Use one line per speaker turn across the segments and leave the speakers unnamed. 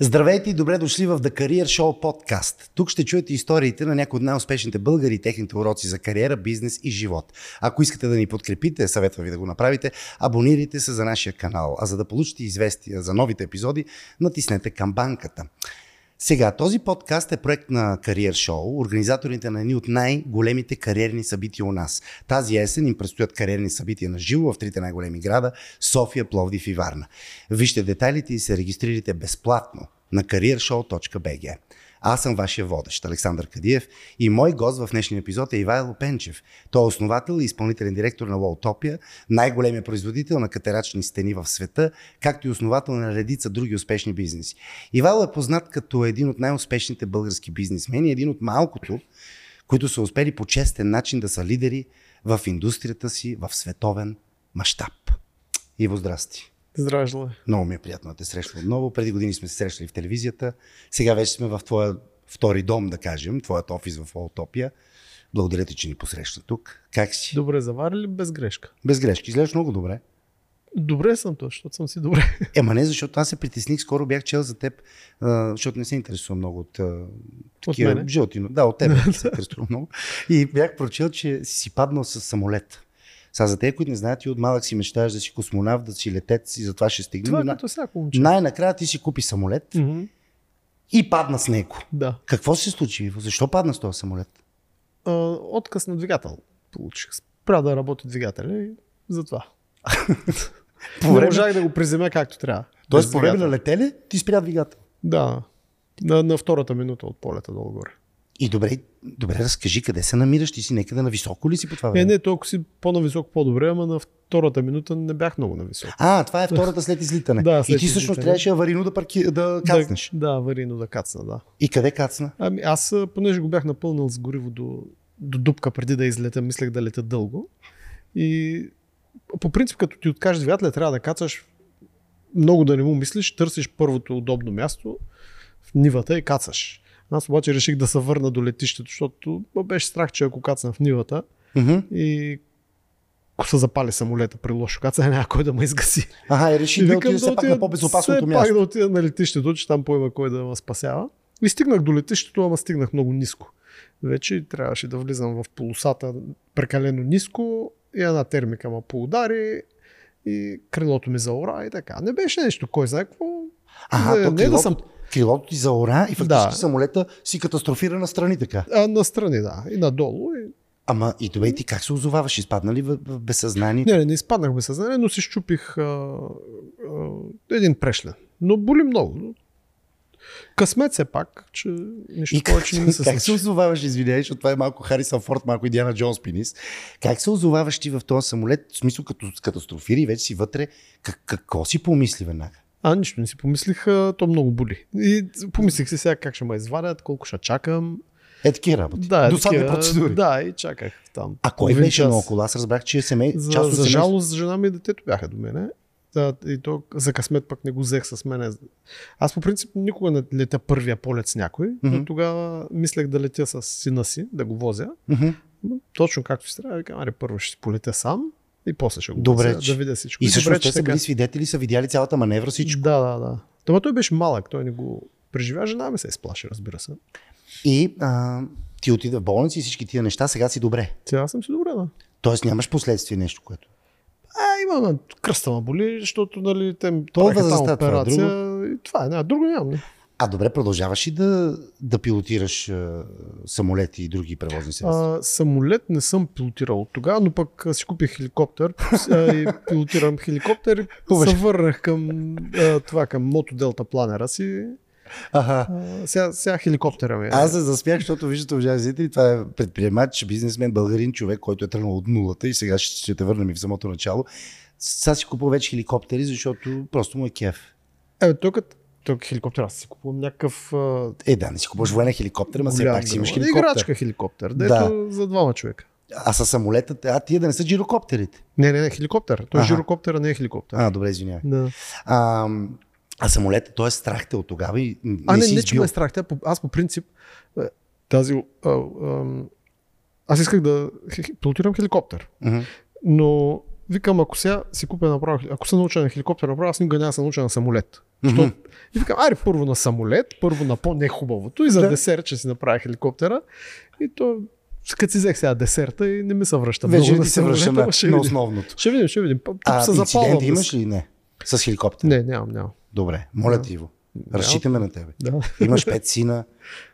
Здравейте и добре дошли в The Career Show подкаст. Тук ще чуете историите на някои от най-успешните българи и техните уроци за кариера, бизнес и живот. Ако искате да ни подкрепите, съветвам ви да го направите, абонирайте се за нашия канал. А за да получите известия за новите епизоди, натиснете камбанката. Сега, този подкаст е проект на Кариер Шоу, организаторите на едни от най-големите кариерни събития у нас. Тази есен им предстоят кариерни събития на живо в трите най-големи града – София, Пловдив и Варна. Вижте детайлите и се регистрирайте безплатно на careershow.bg. Аз съм вашия водещ, Александър Кадиев и мой гост в днешния епизод е Ивайло Пенчев. Той е основател и изпълнителен директор на Walltopia, най-големия производител на катерачни стени в света, както и основател на редица други успешни бизнеси. Ивайло е познат като един от най-успешните български бизнесмени, един от малкото, които са успели по честен начин да са лидери в индустрията си в световен мащаб. Иво, здрасти!
Здравей, желая.
Много ми е приятно да те срещна отново. Преди години сме се срещали в телевизията. Сега вече сме в твоя втори дом, да кажем, твоят офис в Олтопия. Благодаря ти, че ни посрещна тук. Как си?
Добре заварили, без грешка.
Без грешки. Изглеждаш много добре.
Добре съм то, защото съм си добре.
Ема не, защото аз се притесних, скоро бях чел за теб, а, защото не се интересувам много от а, такива
мене?
жълти. но- Да, от теб не се интересувам много. И бях прочел, че си си паднал с самолет. Сега за те, които не знаят, и от малък си мечтаеш да си космонавт, да си летец и затова ще стигнем.
Това е
И на-
като всяко момче.
Най-накрая ти си купи самолет
Мгм.
и падна с него.
Да.
Какво се случи? Иво? Защо падна с този самолет?
А, отказ на двигател получих. Спря да работи двигателя и затова.
По
Не
време-
можах да го приземя както трябва.
Тоест,
Без
по време
двигател.
на летеле ти спря двигател.
Да. На, на втората минута от полета долу-горе.
И добре, добре, разкажи къде се намираш. Ти си някъде на високо ли си по това време?
Е, не, толкова си по-нависоко, по-добре, ама на втората минута не бях много нависок.
А, това е втората след излитане.
Да,
и
след
ти всъщност
излитане.
трябваше аварийно да, парки... да кацнеш.
Да, да, аварийно да кацна, да.
И къде кацна?
Ами аз, а, понеже го бях напълнил с гориво до, до дупка преди да излета, мислех да лета дълго. И по принцип, като ти откажеш двигателя, трябва да кацаш много да не му мислиш, търсиш първото удобно място в нивата и кацаш. Аз обаче реших да се върна до летището, защото беше страх, че ако кацна в нивата
Мгм.
и ако се запали самолета при лошо кацане, няма кой да ме изгаси.
Ага, и реши
И
да
викам
отидеш все пак на по-безопасното
все
място.
пак да отида на летището, че там поема кой да ме спасява. И стигнах до летището, ама стигнах много ниско. Вече трябваше да влизам в полосата прекалено ниско и една термика ме поудари и крилото ми заора и така. Не беше нещо, кой знае какво.
Ага,
Не,
то
не
крилото,
да съм-
крилото ти заора и фактически
Да.
самолета си катастрофира на страни така.
А настрани, да, и надолу. И...
Ама и добре, ти как се озоваваш? Изпадна ли в, в безсъзнание?
Не, не, не изпаднах без съзнание, но си щупих а, а, един прешлен. Но боли много. Късмет се пак, че нищо
И как,
повече не ми се
как се
случи.
озоваваш, извинявай, защото това е малко Харисън Форд, малко Диана Джонс пенис. Как се озоваваш ти в този самолет, в смисъл като катастрофира и вече си вътре, как, какво си помисли веднага?
А, нищо не си помислих, а, то много боли. И помислих си сега как ще ме извадят, колко ще чакам.
Е, такива работи.
Да,
Досадни
такива-
процедури.
Да, и чаках там.
А кой
половин
беше
час.
много около? Аз разбрах, че е семей...
За,
част от
за
семейството-
жалост, жена ми и детето бяха до мене. Да, и то за късмет пък не го взех с мене. Аз по принцип никога не летя първия полет с някой,
Мгм.
но тогава мислех да летя с сина си, да го возя.
Мгм.
Но Точно както си трябва, викам, аре, първо ще си полетя сам и после ще го
Добре,
возя,
че-
да видя всичко.
И
Добре,
всъщност те
че
са
така.
били свидетели, са видяли цялата маневра, всичко.
Да, да, да. Тома той беше малък, той не го преживя, жена ми се изплаши, разбира се.
И а, ти отида в болница и всички тия неща, сега си добре.
Сега съм си добре, да.
Тоест нямаш последствие нещо, което.
А, имам кръста ма боли, защото нали, те ми
Толкова
правиха там
заста, това е
операция. и това е, не, друго нямам. Не.
А добре, продължаваш и да, да пилотираш а, самолети и други превозни средства.
А, самолет не съм пилотирал от тогава, но пък а, си купих хеликоптер а, и пилотирам хеликоптер и
Хубаво.
се върнах към а, това, към мото Делта планера си.
Аха.
А, сега, сега хеликоптера ми е.
Аз се засмях, защото виждате, уважаеми зрители, това е предприемач, бизнесмен, българин, човек, който е тръгнал от нулата и сега ще, ще те върнем и в самото начало. Сега си купува вече хеликоптери, защото просто му е кеф.
Е, тук, тук хеликоптер, аз си купувам някакъв а,
Е, да, не си купуваш военен хеликоптер, ама все
голям
пак си имаш
гръб.
хеликоптер.
Играчка хеликоптер, дето
Да.
за двама човека.
А с самолетът, а тия да не са джирокоптерите.
Не, не, не, хеликоптер. Той е
Аха.
жирокоптер, а не е хеликоптер.
А, добре, извинявай.
Да.
А, а самолетът, т.е. страх те от тогава и не,
А, не,
си
не, че
избил.
ме е страх. Тя, по- аз по принцип е, тази... А, а, аз исках да хе- хе- пилотирам хеликоптер,
Мгм.
но викам, ако сега си купя направо, хели- ако се науча на хеликоптер направо, аз никога няма да се науча на самолет. Що?
Мгм.
И викам, аре първо на самолет, първо на по-нехубавото и за
Да.
десерт, че си направя хеликоптера. И то, като си взех сега десерта и не ми се връща.
Вече
много
не
на
ти се връщаме
самолета, ще
на
видим.
основното.
Ще видим, ще видим. Тук
А
се запалвам.
инцидент
да
имаш
си-
ли? Не. С хеликоптер.
Не, нямам, нямам.
Добре. Моля ти, Иво.
Няма.
Разчитаме на тебе.
Да.
Имаш пет сина,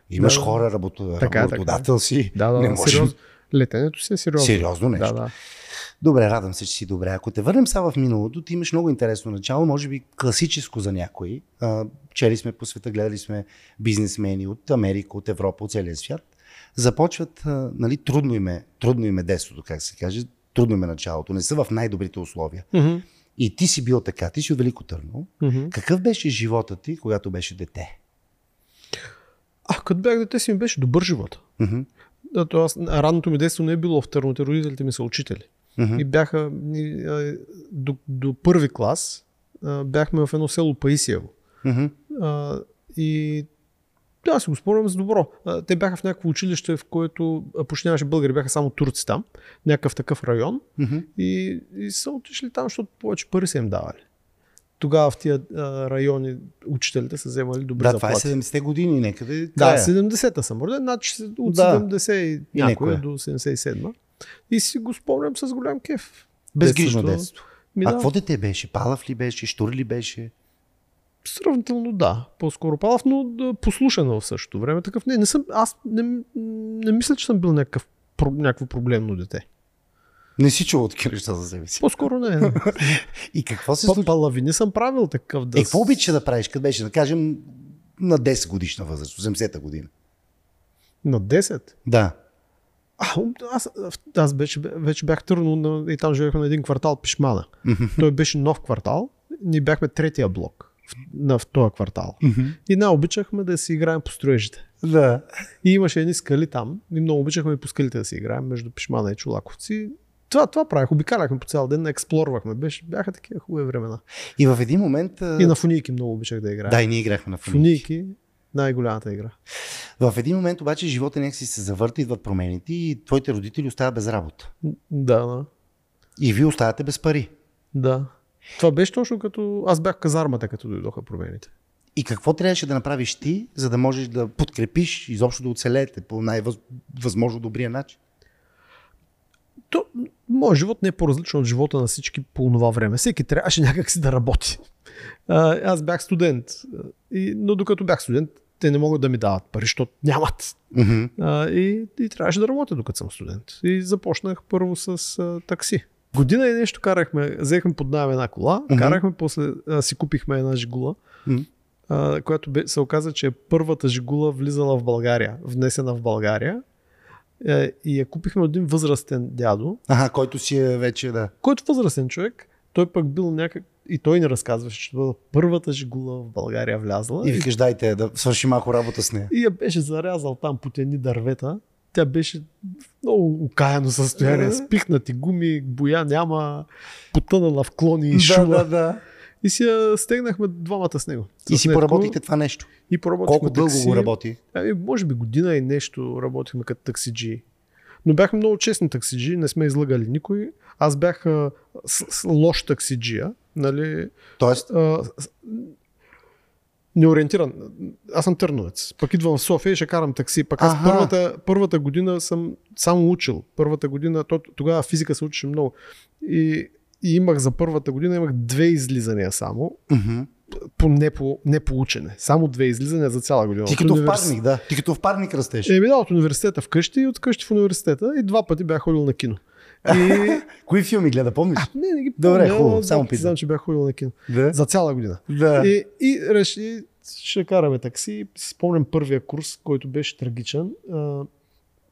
имаш
Да.
хора, работо...
Така, е.
работодател си.
Да, да,
не
да,
може.
сериозно. Летенето си е сериозно.
Сериозно нещо.
Да, да.
Добре, радвам се, че си добре. Ако те върнем сега в миналото, ти имаш много интересно начало, може би класическо за някои. А, Чели сме по света, гледали сме бизнесмени от Америка, от Европа, от целия свят. Започват, а, нали, трудно им е, трудно им е детството, как се каже, трудно им е началото, не са в най-добрите условия.
Мгм,
И ти си бил така, ти си от Велико Търново.
мгм.
Какъв беше живота ти, когато беше дете?
А, като бях дете си ми беше добър живот.
Мгм,
Да, то аз, ранното ми детство не е било в Търноте, родителите ми са учители.
мгм.
И бяха ни, а, до, до първи клас а, бяхме в едно село Паисиево.
Мгм.
А, и да, аз си го спомням за добро. А, те бяха в някакво училище, в което а, почти нямаше българи, бяха само турци там, някакъв такъв район.
Мгм.
И, и са отишли там, защото повече пари са им давали. Тогава в тия а, райони учителите са вземали добри
Да, това е
заплати.
70-те години някъде.
Да,
края.
70-та съм роден, значи от
Да. е.
70 и
И
някоя
някоя.
до 77-ма. И си го спомням с голям кеф.
Безгрижно
Детството-
детство.
Ми,
А
да,
какво дете беше? Палав ли беше? Штур ли беше?
Сравнително да, по-скоро Палав, но да, послушано в същото време. Такъв не, не съм, аз не, не мисля, че съм бил някакъв, про- някакво проблемно дете.
Не си чувал такива неща за себе си.
По-скоро не.
И какво се
Па-
случи?
Палавини съм правил такъв да.
Е, какво обича да правиш, като беше, да кажем, на 10 годишна възраст, 80-та година?
На 10.
Да.
А, аз, аз вече, вече бях тръгнал на, и там живеехме на един квартал Пишмана. Той беше нов квартал. Ние бяхме третия блок в, на, в този квартал. И най-обичахме да си играем по строежите.
Да.
И имаше едни скали там. И много обичахме и по скалите да си играем между Пишмана и Чулаковци. Това, това правих. Обикаляхме по цял ден, експлорвахме. Беше, бяха такива хубави времена.
И в един момент... а,
И на фунийки много обичах да играя.
Да, и ние играхме на фуники.
фунийки най-голямата игра.
В един момент обаче живота някакси се завърта, идват промените и твоите родители остават без работа.
М, Да, да.
И вие оставате без пари.
Да. Това беше точно като... Аз бях в казармата, като дойдоха промените.
И какво трябваше да направиш ти, за да можеш да подкрепиш, изобщо да оцелеете по най-възможно добрия начин?
То, моят живот не е по-различен от живота на всички по това време. Всеки трябваше някакси да работи. А, аз бях студент, а, и, но докато бях студент, те не могат да ми дават пари, защото нямат.
Мгм.
А, и, и трябваше да работя докато съм студент. И започнах първо с а, такси. Година и нещо карахме, взехме под найем една кола,
Мгм.
карахме, после а, си купихме една жигула,
Мгм.
а, която бе, се оказа, че е първата жигула влизала в България, внесена в България. Е, и я купихме от един възрастен дядо,
Аха, който си е вече, да.
който възрастен човек, той пък бил някак... И той ни разказваше, че бъде първата жигула в България влязла.
И викаш, дайте да свърши малко работа с нея.
и я беше зарязал там по едни дървета. Тя беше в много окаяно състояние.
Да.
Спихнати гуми, боя няма, потънала в клони и шума.
да.
И си я стегнахме двамата с него.
И
С
си
Недко
поработихте това нещо.
И поработихме
Колко дълго
такси.
го работи?
Ами, може би година и нещо работихме като таксиджи. Но бяхме много честни таксиджи, не сме излагали никой. Аз бях а, с, с лош таксиджия, нали,
Тоест,
а, с- неориентиран. Аз съм търновец. Пък идвам в София и ще карам такси. Пък аз
Аха.
първата, първата година съм само учил. Първата година, то, тогава физика се учеше много. И, и имах за първата година имах две излизания само.
мгм.
По, не, по, не по учене. Само две излизания за цяла година.
ти
От
като в
универс- Е.
парник, да. Ти като в парник растеш.
Еми да, от университета вкъщи и от къщи в университета. И два пъти бях ходил на кино. И...
Кои филми гледа, помниш?
А, не, не ги
Добре,
помня,
хубаво,
но
само
да,
питам.
Знам, че бях ходил на кино.
Да.
За Е. цяла година.
да.
И, и реши, ще караме такси. Си Спомням първия курс, който беше трагичен. А,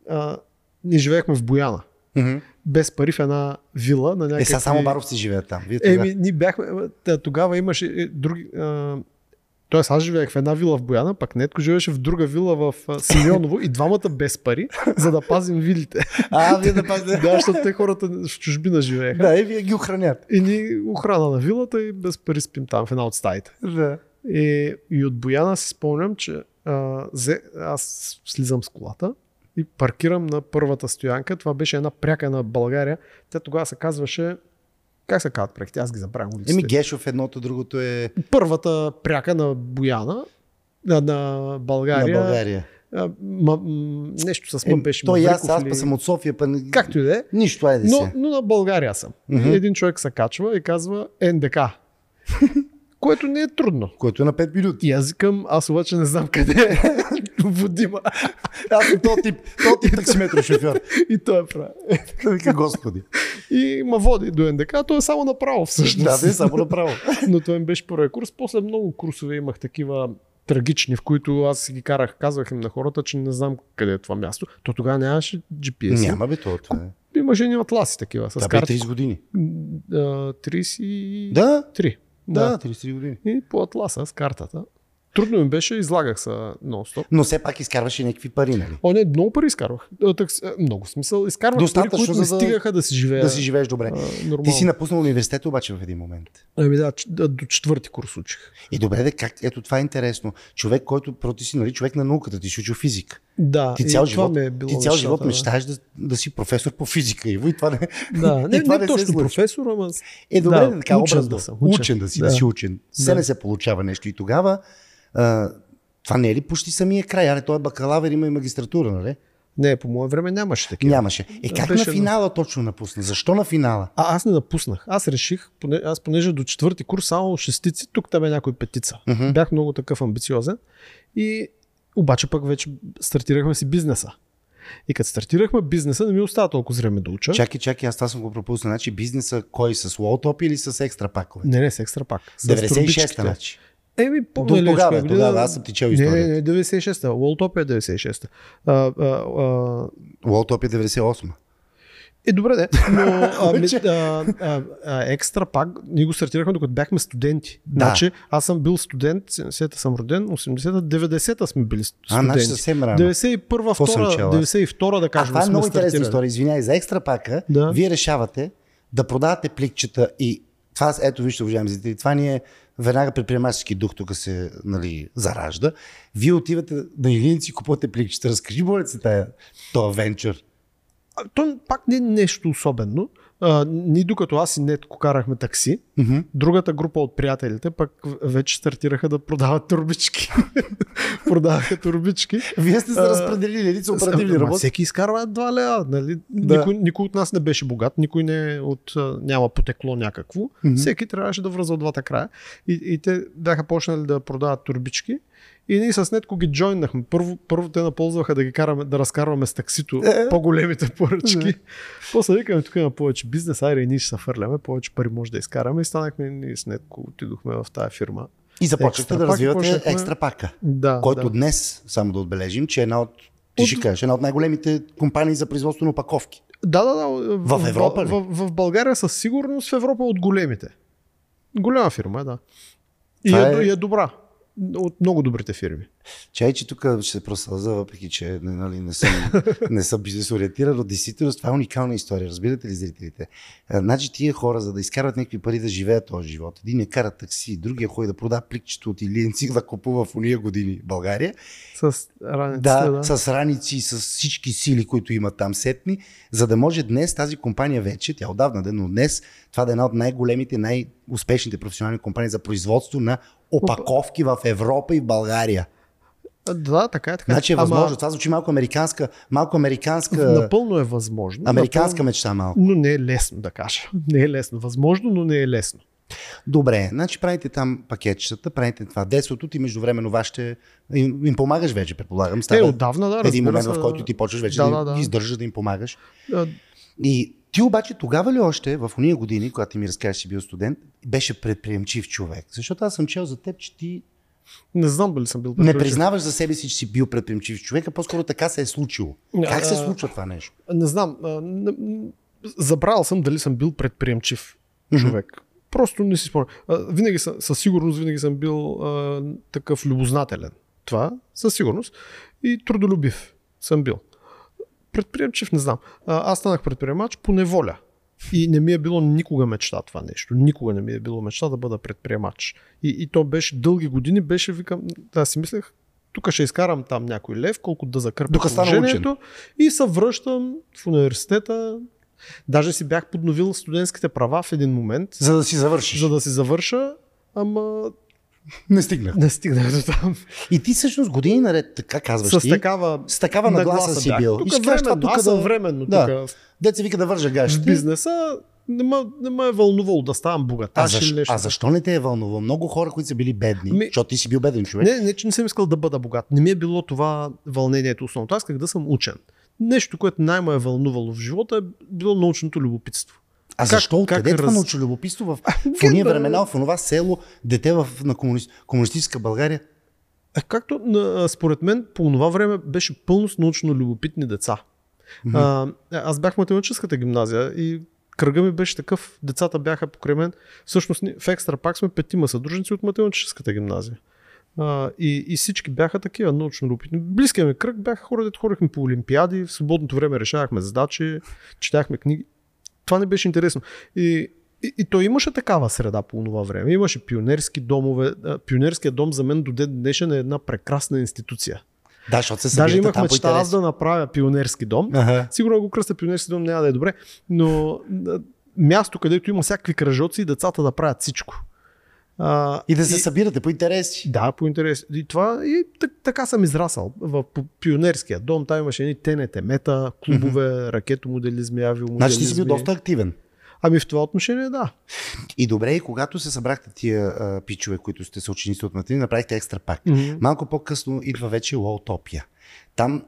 а, ние живеехме в Бояна.
Мгм.
Без пари в една вила на някакви...
Е, сега само Баров си живее там. Вие тогава-
Еми, ние бяхме... Та, тогава имаше е, други... А, Тоест аз живеех в една вила в Бояна, пък Нетко живееше в друга вила в а, Симеоново и двамата без пари, за да пазим вилите.
А, вие да пазите.
да, защото те хората в чужбина живееха.
Да, и вие ги охранят.
И ни охрана на вилата и без пари спим там в една от стаите.
Да.
И, Е, и от Бояна си спомням, че а, зе, аз слизам с колата и паркирам на първата стоянка. Това беше една пряка на България. Тя тогава се казваше как се казват преките? Аз ги забравям улиците.
Еми Гешов едното, другото е
Първата пряка на Бояна, на, на България.
на България.
А, м- м- нещо с
Ем,
мъм беше.
той и аз,
Мавриков
аз
ли-
па съм от София, па... не-
Както и да е.
Нищо, айде
Но,
се.
но на България съм.
Мгм.
И един човек се качва и казва НДК. което не е трудно.
Което е на 5 минути.
И аз викам, аз обаче не знам къде е Водима.
Аз съм този тип, този тип таксиметров шофьор.
И той е прав.
Да вика, господи.
И ма води до НДК, той е само направо
Да,
всъщност.
да, само направо.
Но той им беше първият курс. После много курсове имах такива трагични, в които аз си ги карах, казвах им на хората, че не знам къде е това място. То тогава нямаше GPS.
Няма бе това. това е.
Имаше ни атласи такива с
Това бе
карти.
30 години.
А, 33.
Да,
Да.
да, 33 години.
И по атласа с картата. Трудно ми беше, излагах се нон-стоп.
Но все пак изкарваше някакви пари, нали?
О, не, много пари изкарвах. А, Так, с- а, много в смисъл. Изкарвах
Достатъчно,
пари, които ми
за да-
стигаха да си живея.
Да си живееш добре.
а, нормално.
Ти си напуснал университета обаче в един момент.
Ами да, ч- да, до четвърти курс учих.
И добре, де, как? Ето това е интересно. Човек, който проти си, нали, човек на науката, ти си учил физик.
Да,
Ти
и
цял
това
живот,
ми е било
ти цял
нещата,
живот
да.
мечтаеш да, да си професор по физика, Иво, и това не
Да, не,
И това
не,
не се
точно
случва.
професор, ама... с-
е добре,
Да,
да, така
учен
образно.
да съм, учен.
учен да си,
Да.
да, си учен. Все
Да.
не се получава нещо. И тогава а, това не е ли почти самия край? Аре, той е бакалавър, има и магистратура, нали?
Не, по мое време нямаше такива.
Нямаше. Е,
Да,
как на
беше едно.
финала точно напусна? Защо на финала?
А аз не напуснах. Аз реших, поне, аз понеже до четвърти курс само шестици, тук там е някой петица.
Мгм.
Бях много такъв амбициозен. И обаче пък вече стартирахме си бизнеса. И като стартирахме бизнеса, не ми остава толкова време да уча.
Чакай, чакай, аз това съм го пропуснал. Значи бизнеса кой с лоутоп или с екстра пакове?
Не, не, с екстра пак. С
96-та,
турбичките.
значи.
Еми,
До
помня ли
тогава,
коя година?
тогава, аз съм ти чел
Не,
историята.
Не, не, 96-та. Уолтопия е 96-та. А, а, а,
Лоутоп е 98.
Е, добре, да. Но а,
Вече.
ме- а, а, а, екстра пак, ние го стартирахме докато бяхме студенти.
Да.
Значи, аз съм бил студент, 70-та съм роден, 80-та, 90-та сме били студенти.
А, значи съвсем рано.
91-та,
Какво съм чел аз?
92-та, да
А
кажем,
това е
сме
много интересна
стартирали.
история. Извинявай, за екстра пака,
Да.
вие решавате да продавате пликчета и това, ето вижте, уважаеми зрители, това ни е веднага предприемачески дух тук се нали, заражда. Вие отивате на Илиници и купувате пликчета. Разкажи, моля се, тая, тоя венчър.
А, То пак не е нещо особено. А, ние докато аз и Нетко карахме такси,
Мгм.
другата група от приятелите пък вече стартираха да продават турбички. Продаваха турбички.
Вие сте се
А,
разпределили редица оперативни
Ами, Ама
работи.
Всеки изкарва два лева. Нали? Да.
Да.
Никой, никой от нас не беше богат, никой не е от, а, няма потекло някакво. Mm-hmm.
Мгм.
Всеки трябваше да връзва от двата края. И, и те бяха почнали да продават турбички. И ние с Нетко ги джойнахме. Първо, първо те наползваха да ги караме, да разкарваме с таксито
Е.
по-големите поръчки.
Да.
После викаме, тук има повече бизнес, айде и ние ще се фърляме, повече пари може да изкараме. И станахме ние с Нетко, отидохме в тази фирма.
И започнахте
екстра
да
пак и
развивате
почнахме-
екстра пака.
е? Да,
който
да.
днес, само да отбележим, че е една от, ти
От-
ще кажеш, една от най-големите компании за производство на опаковки.
Да, да, да.
В Европа ли?
В, в, в България със сигурност, в Европа от големите. Голяма фирма, е, да. И
Това
е,
е-
е... и е добра. От много добрите фирми.
Чай, че тук ще се просълза, въпреки че не, нали, не съм, не съм бизнес ориентиран, но действително това е уникална история, разбирате ли зрителите? А, Значи тия хора, за да изкарват някакви пари да живеят този живот, един я кара такси, другия ходи да продава пликчето от Илиенци да купува в уния години в България,
С раниците,
Е, да,
да.
да, с раници, с всички сили, които има там сетни, за да може днес тази компания вече, тя отдавна да, но днес това да е една от най-големите, най-успешните професионални компании за производство на опаковки в Европа и в България.
А, Да, така е. Така.
Значи е
Ама
възможно. Това звучи малко американска, малко американска,
Напълно е възможно.
американска
напълно...
мечта малко.
Но не е лесно, да кажа. Не е лесно. Възможно, но не е лесно.
Добре, значи правите там пакетчетата, правите това детството ти междувременно вашите... Им, им помагаш вече, предполагам.
Те
Става
отдавна, да, разбира
един момент,
се,
в който ти почваш вече
Да,
да,
да,
да,
да.
ги издържаш, да им помагаш.
а,
И ти обаче тогава ли още, в уния години, когато ти ми разкажеш, си бил студент, беше предприемчив човек? Защото аз съм чел за теб, че ти
Не знам дали съм бил
не
предприемчив.
признаваш за себе си, че си бил предприемчив човек, а по-скоро така се е случило.
Не,
Как се
а-
случва това нещо?
Не знам. а, н- н- Забрал съм дали съм бил предприемчив
Мгм.
човек. Просто не си спомням. А, Винаги съм, със сигурност винаги съм бил а, такъв любознателен. Това със сигурност. И трудолюбив съм бил. Предприемчив не знам. А, аз станах предприемач по неволя. И не ми е било никога мечта това нещо. Никога не ми е било мечта да бъда предприемач. И, и то беше дълги години, беше, викам, да си мислех, тук ще изкарам там някой лев, колко да закърпя
Докато стана учен.
положението. И се връщам в университета, Даже си бях подновил студентските права в един момент,
За да си завършиш.
за да си завърша, ама
Не стигнах.
не стигнах до там.
И ти всъщност години наред, така казваш
С
ти,
такава
с такава нагласа си
бях.
бил.
Тук
ще кажеш
временно, аз съм временно
Да.
тук в
Деца вика да вържа
в
гащите.
бизнеса не ме, не ме е вълнувало да ставам
А,
богаташ
защ...
или нещо.
а защо не те е вълнувало? Много хора, които са били бедни,
Ми-
защото ти си бил беден човек.
Не, не, че не съм искал да бъда богат. Не ми е било това вълнението основното. Аз исках да съм учен. Нещо, което най-ме е вълнувало в живота е било научното любопитство.
а
как-
защо?
как
Откъде това
раз-
научи любопитство в, в уния
да.
времена, в онова село, дете в, на комуни... комунистическа България?
А Е, както на- според мен по това време беше пълно с научно любопитни деца.
Мгм.
А, е, аз бях в математическата гимназия и кръга ми беше такъв. Децата бяха покрай мен. Всъщност ни- в екстра пак сме петима съдружници от математическата гимназия. А, и, и всички бяха такива научно любопитни. Близкия ми кръг бяха хора, дето ходихме по олимпиади, в свободното време решавахме задачи, четяхме книги. Това не беше интересно. И, и, и той имаше такава среда по това време. Имаше пионерски домове. А, Пионерският дом за мен до ден днешен е една прекрасна институция.
Да, защото се
Даже
събирате
имах
там по
мечта аз
интерес.
да направя пионерски дом.
Ага.
Сигурно ако го кръста пионерски дом, няма да е добре, но а, място, където има всякакви кръжоци и децата да правят всичко. А,
И да се събирате по интереси.
да, по интерес. И това и так, така съм израсъл. В по- пионерския дом там имаше едни тенете мета, клубове, ракетомоделизми, авиомоделизми.
Значи ти си бил доста активен.
Ами в това отношение да.
И добре, и когато се събрахте тия а, пичове, които сте са ученици от Матини, направихте екстра пак.
Мгм.
Малко по-късно идва вече Лоутопия. Там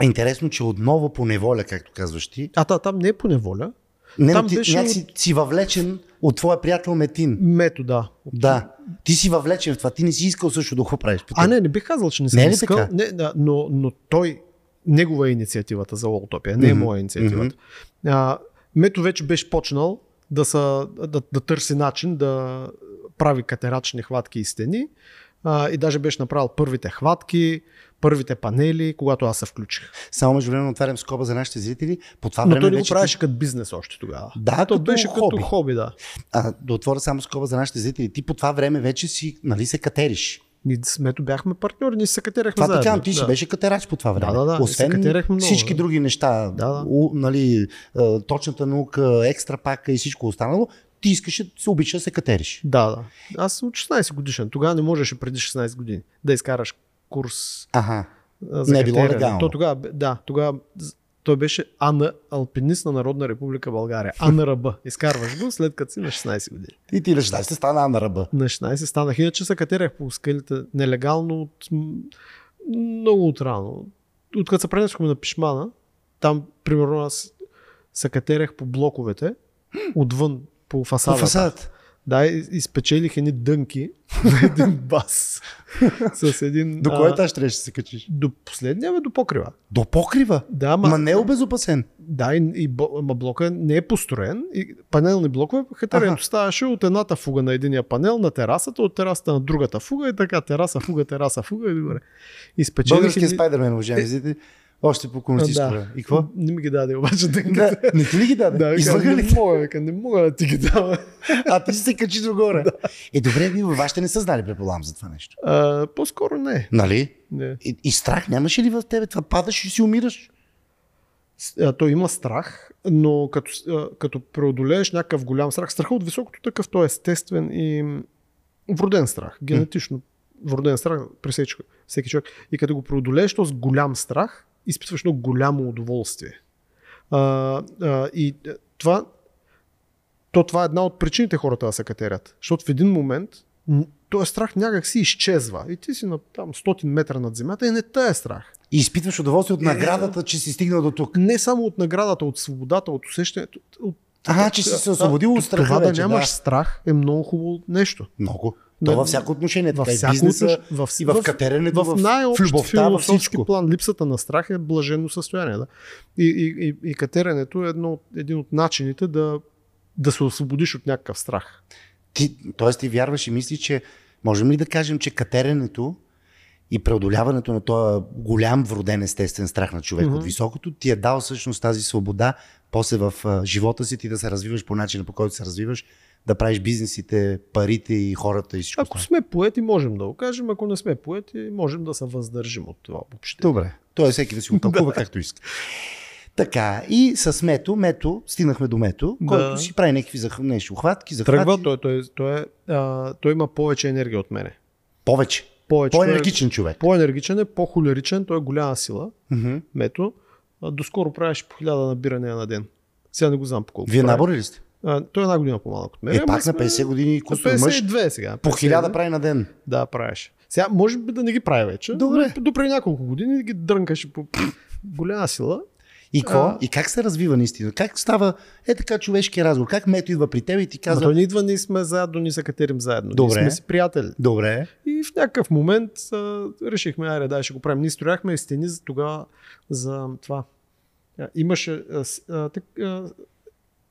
е интересно, че отново по неволя, както казваш ти,
А та, там не е по неволя.
не,
Там
там ти, значи-
беше
беше... си, си въвлечен от твоя приятел Метин.
Метода.
Да. Ти си въвлечен в това. Ти не си искал също да го правиш.
А не, не бих казал, че не съм
Не е ли
искал.
така?
Не, да, но, но той, негова е инициативата за Лолтопия, не е
Мгм,
моя инициативата. А, Мето вече беше почнал да, са, да, да търси начин да прави катерачни хватки и стени а, и даже беше направил първите хватки, първите панели, когато аз се включих.
Само между време отварям скоба за нашите зрители. По това
Но
време
той не го
вече ти-
правеше като бизнес още тогава.
Да,
то
като
беше
хоби.
като хоби, да.
А, да отворя само скоба за нашите зрители. Ти по това време вече си, нали, се катериш.
Ние с Мето бяхме партньори, ние се катерахме
Това така,
заедно.
ти си
да.
беше катерач по това време.
да, да, и се
Освен
катерех много,
всички
да.
други неща,
Да, да.
У, нали, а, точната наука, екстра пака и всичко останало, ти искаше, се обича да се катериш.
Да, да. Аз съм от 16 годишен. Тогава не можеше преди 16 години да изкараш курс
Ага.
а, за
Не е било
катерене.
легално.
То тогава, бе- да, тогава з- той беше Ана Алпинист на Народна република България. АНРБ. Изкарваш го след като си на 16 години.
И ти лежда, ще стана на ръба.
На 16 станах. Иначе се катерах по скалите нелегално от м, много отрано. Откъде се пренесохме на Пишмана, там, примерно, аз се катерах по блоковете, отвън, по
По
фасадата.
фасадата.
Да, и- изпечелих едни дънки на един бас. с един.
До
а,
кой етаж трябваше да се качиш?
До последния, бе, до покрива.
До покрива.
Да, ма,
Ма не е обезопасен.
да, и, и бо- ма блока не е построен. И панелни блокове,
Аха.
хатаренето ставаше от едната фуга на единия панел на терасата, от терасата на другата фуга и така, тераса, фуга, тераса, фуга и добре. И спечелих.
Българският
едни-
спайдермен, уважаеми зрители, още по комунистическо
А, да.
време. И какво?
Не ми ги даде обаче
Да,
дънката.
не ти ли ги даде?
Да,
Да,
вика,
Излага ли
не
те?
мога, вика, не мога да ти ги дам.
А ти си се качи догоре. Е, добре, вие във вашите не са знали, предполагам, за това нещо.
А, по-скоро не.
Нали?
не.
И, и страх нямаше ли в тебе? Това падаш и си умираш.
С- а, той има страх, но като, с- а, като преодолееш някакъв голям страх, страха от високото такъв, той е естествен и м, вроден страх, генетично вроден страх при всеки, чо- всеки човек. И като го преодолееш този голям страх, изпитваш много голямо удоволствие. А, а, и а, това, то това е една от причините хората да се катерят. Защото в един момент м, този страх някак си изчезва. И ти си на там 100 метра над земята и не тая е страх
И изпитваш удоволствие от
Е,
наградата, че си стигнал до тук.
не само от наградата, от свободата, от усещането. От...
Ага, че си се освободил от страха
Това
вече,
да нямаш
да.
страх е много хубаво нещо.
Много.
Да.
То във всяко отношение.
Във
Е, Така и в
всяко
бизнеса,
отнош-
в,
в-
и в,
в-
катеренето, в,
В
в
най-общ
любовта, във
философски
всичко.
план липсата на страх е блажено състояние. Да? И, и, и, и катеренето е едно, от- един от начините да, да се освободиш от някакъв страх.
Ти, тоест ти вярваш и мислиш, че можем ли да кажем, че катеренето и преодоляването на този голям вроден естествен страх на човек mm-hmm.
Мгм.
от високото ти е дал всъщност тази свобода после в а, живота си ти да се развиваш по начина по който се развиваш, да правиш бизнесите, парите и хората и всичко.
Ако
останало.
сме поети, можем да го кажем. Ако не сме
Е,
поети, можем да се въздържим от това въобще.
Добре. Той всеки да си го тълкува както иска. Така, и с Мето, Мето, стигнахме до Мето,
Да.
който си прави някакви зах... нещо, хватки, захвати.
Тръгва, той, той, той, е, а, той има повече енергия от мене.
Повече.
Повече,
По-енергичен
Е,
човек.
по-енергичен е, по-холеричен, той е голяма сила.
Мгм.
Мето, а, доскоро правеше по хиляда набирания на ден. Сега не го знам по колко.
Вие
прави.
набори ли сте?
А, той е една година по-малък от мен.
Е, пак на 50 години костюм мъж.
52 сега.
По
52.
хиляда прави на ден.
Да, правиш. Сега, може би да не ги прави вече.
Добре.
но Допри няколко години ги дрънкаше по голяма сила.
И какво?
А.
И как се развива наистина? Как става е така човешкия разговор? Как Мето идва при теб и ти
Каза...
казва,
Той не идва, ние сме заедно, ние се катерим заедно. Ние
Добре.
сме си приятели.
добре,
И в някакъв момент а, решихме, айде, дай ще го правим. Ние строяхме стени за тогава за това. А, Имаше а, с- а, так, а,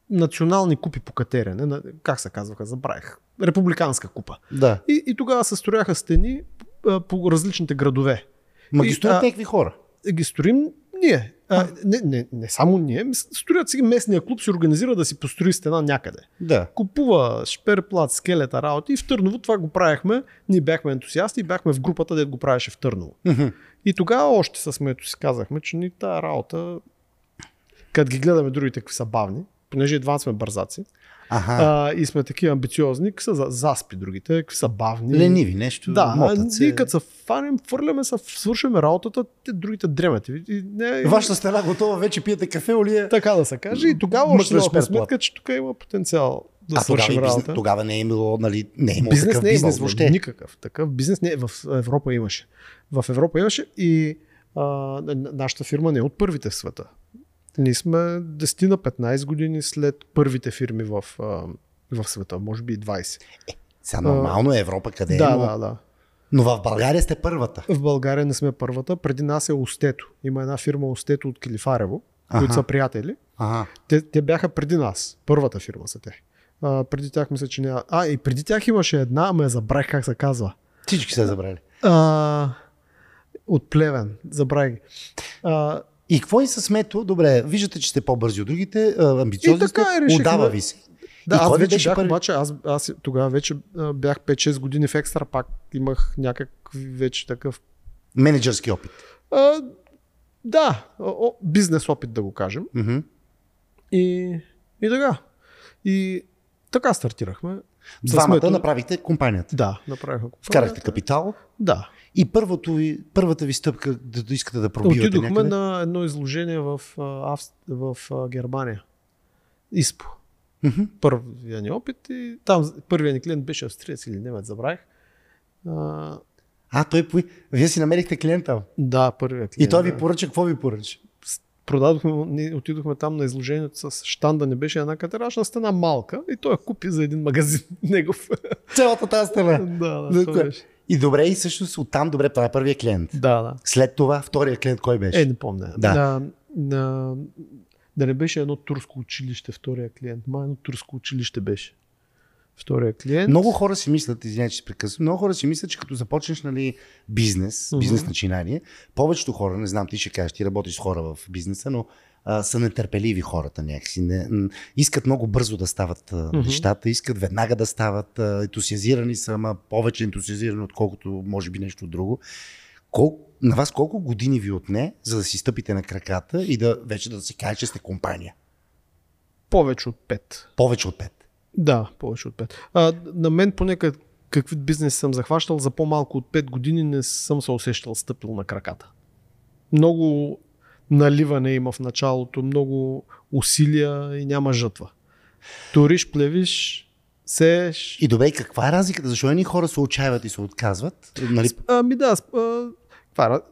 национални купи по катерене, на, как се казваха, забравих. Републиканска купа.
да.
И, и тогава се строяха стени а, по различните градове.
Ма ги
И,
стоят
а,
някакви хора.
Е, ги строим ние. А, не, не, не само ние, м, строят си местния клуб, се организира да си построи стена някъде.
Да.
Купува шперплат, скелета, работи и в Търново това го правихме. Ние бяхме ентусиасти и бяхме в групата, дед го правеше в Търново.
Мгм.
И тогава още с мето си казахме, че ни тая работа, като ги гледаме другите какви са бавни, понеже едва сме бързаци
Аха.
а, и сме такива амбициозни, какви са за- заспи другите, какви са бавни.
Лениви нещо.
Да, а
мотат се.
ние като се фанем, фърляме се, свършваме работата, те другите дремят. И- и не-
Вашата стена готова, вече пиете кафе, олия.
Така да се каже. И тогава
Мъж
още дадохме
експерт,
сметка, че тук има потенциал да
а тогава,
свършим
и бизнес,
работа.
тогава не е имало, нали, не е имало
бизнес
такъв
не е
бизнес
имал,
въобще.
Никакъв такъв бизнес не е. В Европа имаше. В Европа имаше и а, на- на- нашата фирма не е от първите в света. Ние сме 10 на 15 години след първите фирми в, а, в света. Може би и 20.
Сега нормално е Европа къде е
да,
имало.
да, да.
Но в България сте първата.
В България не сме първата. Преди нас е Остето. Има една фирма Остето от Килифарево, които
Аха.
са приятели.
Ага.
Те, те бяха преди нас. Първата фирма са те. А, преди тях мисля, че няма. А, и преди тях имаше една, ама я забравих как се казва.
Всички се забрали.
А, от Плевен. Забравих. ги. А,
И какво и с мето? Добре, виждате, че сте по-бързи от другите, а, амбициозни
И така
сте,
и решихме.
отдава ви се.
да,
и кой
аз
ви
вече
беше
бях,
първи?
обаче, аз, аз тогава вече а, бях 5-6 години в екстра, пак имах някакви вече такъв.
Менеджерски опит.
А, да, о, о, бизнес опит да го кажем.
Мгм.
И, и така. И така стартирахме. С
Двамата
Мето-
направихте компанията.
Да, направихме. компания.
Вкарахте капитал
Да.
и първото ви, първата ви стъпка да да искате да пробивате
Отидохме
някъде.
на едно изложение в, а, Авст... в а, Германия. ИСПО.
Мгм.
Първия ни опит и там първият ни клиент беше австриец или немец, забравих. А,
А, той пои... Вие си намерихте клиента.
да, първият
И
клиент.
той ви
Е, да.
поръча, какво ви поръча?
Продадохме, му- ние отидохме там на изложението с штанда, не беше една катерачна стена малка и той я купи за един магазин негов.
Цялата тази страна.
да,
За
да, той
кое?
беше.
И добре, и всъщност оттам, добре, това е първия клиент.
Да, да.
След това, втория клиент кой беше?
Е, не помня.
Да.
На, на, да не беше едно турско училище, втория клиент. Май едно турско училище беше. Втория клиент.
Много хора си мислят, извинявай, че се прекъсвам, много хора си мислят, че като започнеш нали, бизнес,
Мгм.
бизнес начинание, повечето хора, не знам, ти ще кажеш, ти работиш с хора в бизнеса, но а, са нетърпеливи хората някакси. Не, м, искат много бързо да стават а,
Мгм.
нещата, искат веднага да стават, а, ентусиазирани са, ама повече ентусиазирани, отколкото може би нещо друго. Колко, на вас колко години ви отне, за да си стъпите на краката и да вече да си каже, че сте компания?
Повече от 5.
Повече от пет.
Да, повече от 5. А, на мен поне как- какви бизнес съм захващал, за по-малко от 5 години не съм се усещал стъпил на краката. Много наливане има в началото, много усилия и няма жътва. Ториш, плевиш, сееш.
И добре, и каква е разликата? Защо едни хора се отчаиват и се отказват? Нали,
Ами да, сп- а, това е ра-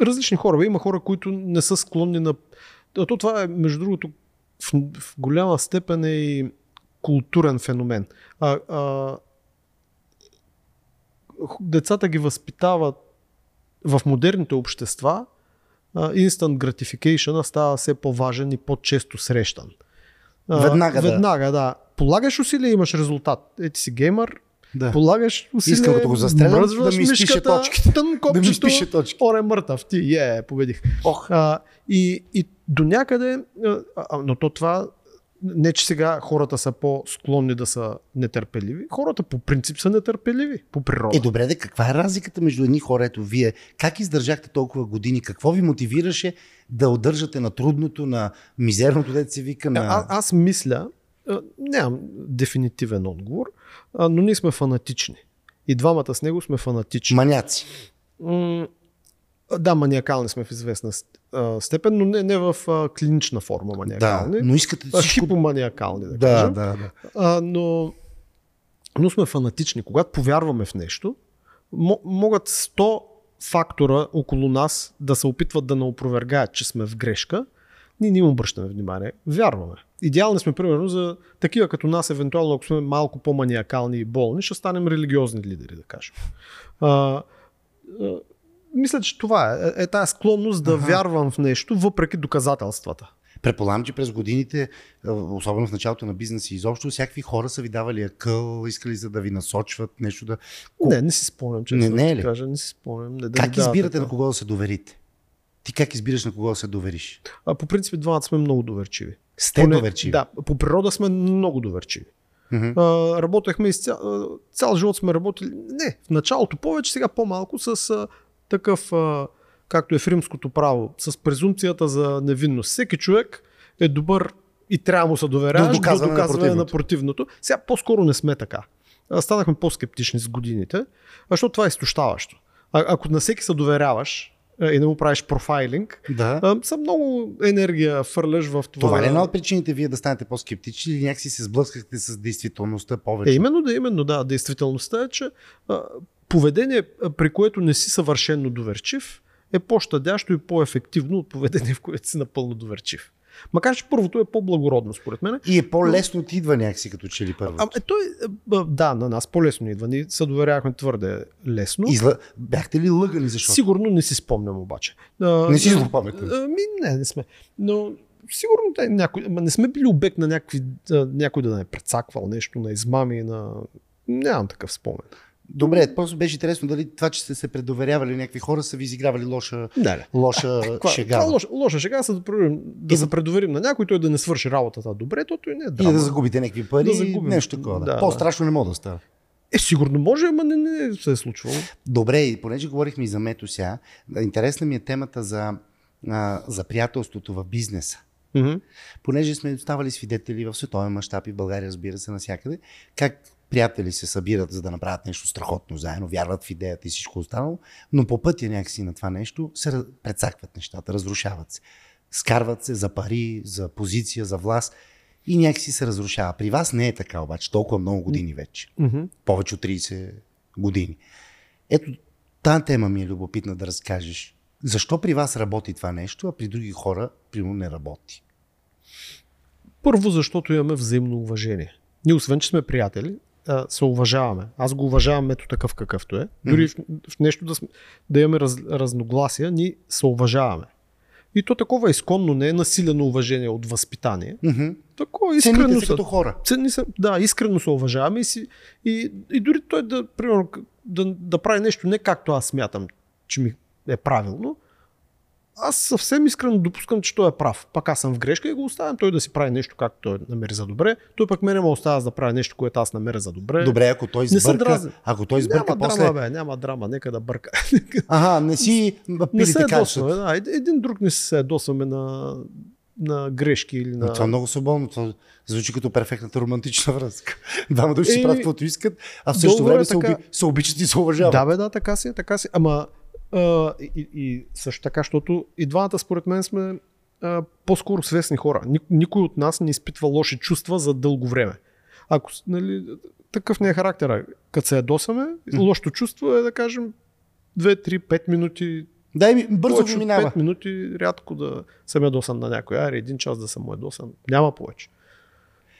различни хора. бе. Има хора, които не са склонни на... А то това е, между другото, в, в голяма степен е и културен феномен. А, а, х- децата ги възпитават в модерните общества. А, instant gratification става все по-важен и по-често срещан. А,
Веднага да.
Веднага, да. Полагаш усилия, имаш резултат. Е, ти си геймър,
Да.
Полагаш усилия,
Искам като го застрелям,
мръзваш
да ми изпише
мишката,
точките.
Тън
Да ми
копчето,
изпише точки.
оре мъртъв, ти, е, победих.
Ох.
А, и, и до някъде, а, а, но то това не, че сега хората са по-склонни да са нетърпеливи. Хората по принцип са нетърпеливи, по природа.
Е, добре, да, каква е разликата между едни хора, ето вие? Как издържахте толкова години? Какво ви мотивираше да удържате на трудното, на мизерното, дете се вика? На...
А, аз мисля, а, нямам дефинитивен отговор, а, но ние сме фанатични. И двамата с него сме фанатични.
Маняци.
М- да, маниакални сме в известна с- а, степен, но не, не в а, клинична форма
Да,
маниакални.
но искате
а,
всичко...
хипоманиакални, да,
Да,
кажем.
да, да.
А, но, но сме фанатични. Когато повярваме в нещо, мо- могат 100 фактора около нас да се опитват да не опровергаят, че сме в грешка. Ние не им обръщаме внимание. Вярваме. Идеални сме, примерно, за такива като нас, евентуално, ако сме малко по-маниакални и болни, ще станем религиозни лидери, да кажем. А, а, мисля, че това е. Е тази склонност да
Аха.
вярвам в нещо, въпреки доказателствата.
Предполагам, че през годините, а, особено в началото на бизнеса и изобщо, всякакви хора са ви давали акъл, искали за да ви насочват нещо да...
Не, не си спомням, че
Не, не е ли?
кажа, не си спомням. Не, да ми
Как
дават
избирате
така.
на кого да се доверите? Ти как избираш на кого да се довериш?
А по принцип двамата сме много доверчиви.
Сте
Поне-
доверчиви.
Да, по природа сме много доверчиви.
Мгм.
А, работехме из цял, а, цял живот сме работили. Не, в началото повече, сега по-малко с а, такъв, а, както е в римското право, с презумпцията за невинност. Всеки човек е добър и трябва да му се доверяваш
До
до
доказване
доказване,
на
на,
противното.
противното. Сега по-скоро не сме така. А, Станахме по-скептични с годините, а, защото това е изтощаващо. А, ако на всеки се доверяваш а, и не му правиш профайлинг,
Да.
а, са много енергия фърляш в това.
Това ли е
да-
една от причините вие да станете по-скептични или някакси се сблъскахте с действителността
Е,
повече?
именно да, именно да. Действителността е, че а, поведение, а, при което не си съвършенно доверчив, е по-щадящо и по-ефективно от поведение, в което си напълно доверчив. Макар, че първото е по-благородно, според мен.
И е по-лесно ти идва някакси като че ли първо.
А, е, той, а, а, да, на нас по-лесно идва. Ние се доверяхме твърде лесно.
Изла... Бяхте ли лъгани защото?
Сигурно не си спомням обаче. А,
Не си злопаметен.
а, Е, Ми, не, не сме. Но сигурно те, някой, ама не сме били обект на някакви, а, някой да не е прецаквал нещо, на измами, на... Нямам такъв спомен.
Добре, просто беше интересно дали това, че сте се предоверявали някакви хора, са ви изигравали лоша,
Да, да.
лоша шега.
Това е лоша, лоша шега, са да, проверим, да
И-
се предоверим на някой, той да не свърши работата добре, то той не е
И
драма.
да загубите някакви пари,
Да
загубим.
загубим.
нещо такова. Да.
Да,
По-страшно не мога да става.
Е, сигурно може, ама не, не се е случвало.
Добре, и понеже говорихме и за мето сега, интересна ми е темата за, а, за приятелството в бизнеса.
Mm-hmm.
понеже сме ставали свидетели в световен мащаб и в България, разбира се, навсякъде, как приятели се събират, за да направят нещо страхотно заедно, вярват в идеята и всичко останало, но по пътя някакси на това нещо се раз- прецакват нещата, разрушават се. Скарват се за пари, за позиция, за власт и някакси се разрушава. При вас не е така обаче, толкова много години вече
Mm-hmm.
повече от 30 години. Ето, тази тема ми е любопитна да разкажеш. Защо при вас работи това нещо, а при други хора, примерно, не работи?
Първо, защото имаме взаимно уважение. Ние, освен че сме приятели, а, се уважаваме. Аз го уважавам ето такъв какъвто е. Дори в, в нещо да, сме, да имаме раз, разногласия, ние се уважаваме. И то такова изконно не е насилено уважение от възпитание.
Мгм.
Такова
Цените
искрено
се
се-
като хора.
Цени се, да, искрено се уважаваме и, си, и, и дори той да, примерно, к- да, да прави нещо не както аз смятам, че ми е правилно, аз съвсем искрено допускам, че той е прав. Пак аз съм в грешка и го оставям той да си прави нещо както той намери за добре. Той пък мене ме оставя аз да правя нещо, което аз намеря за добре.
Добре, ако той
се
сбърка,
дразни.
ако той сбърка
няма
после...
драма, бе, няма драма, нека да бърка.
Ага, не си
не се е
пилите
ядосваме,
кашата.
да, Ед- един друг не се ядосваме на, на грешки или на...
Но това е много свободно. Това звучи като перфектната романтична връзка. Двама души си
Еми,
правят каквото искат, а в същото
добре,
време се,
така.
оби... се обичат и се уважават.
Да, бе, да, така си, е, така си. Ама а, и, и също така, защото и двамата според мен сме а, по-скоро свестни хора. Ни, никой от нас не изпитва лоши чувства за дълго време. Ако, с- нали, такъв не е характера. Като се ядосаме, лошото чувство е да кажем 2, 3, 5 минути.
Дай ми, бързо ми
повече от
минава.
5 минути рядко да съм ядосан на някой. Аре, един час да съм му ядосан. Няма повече.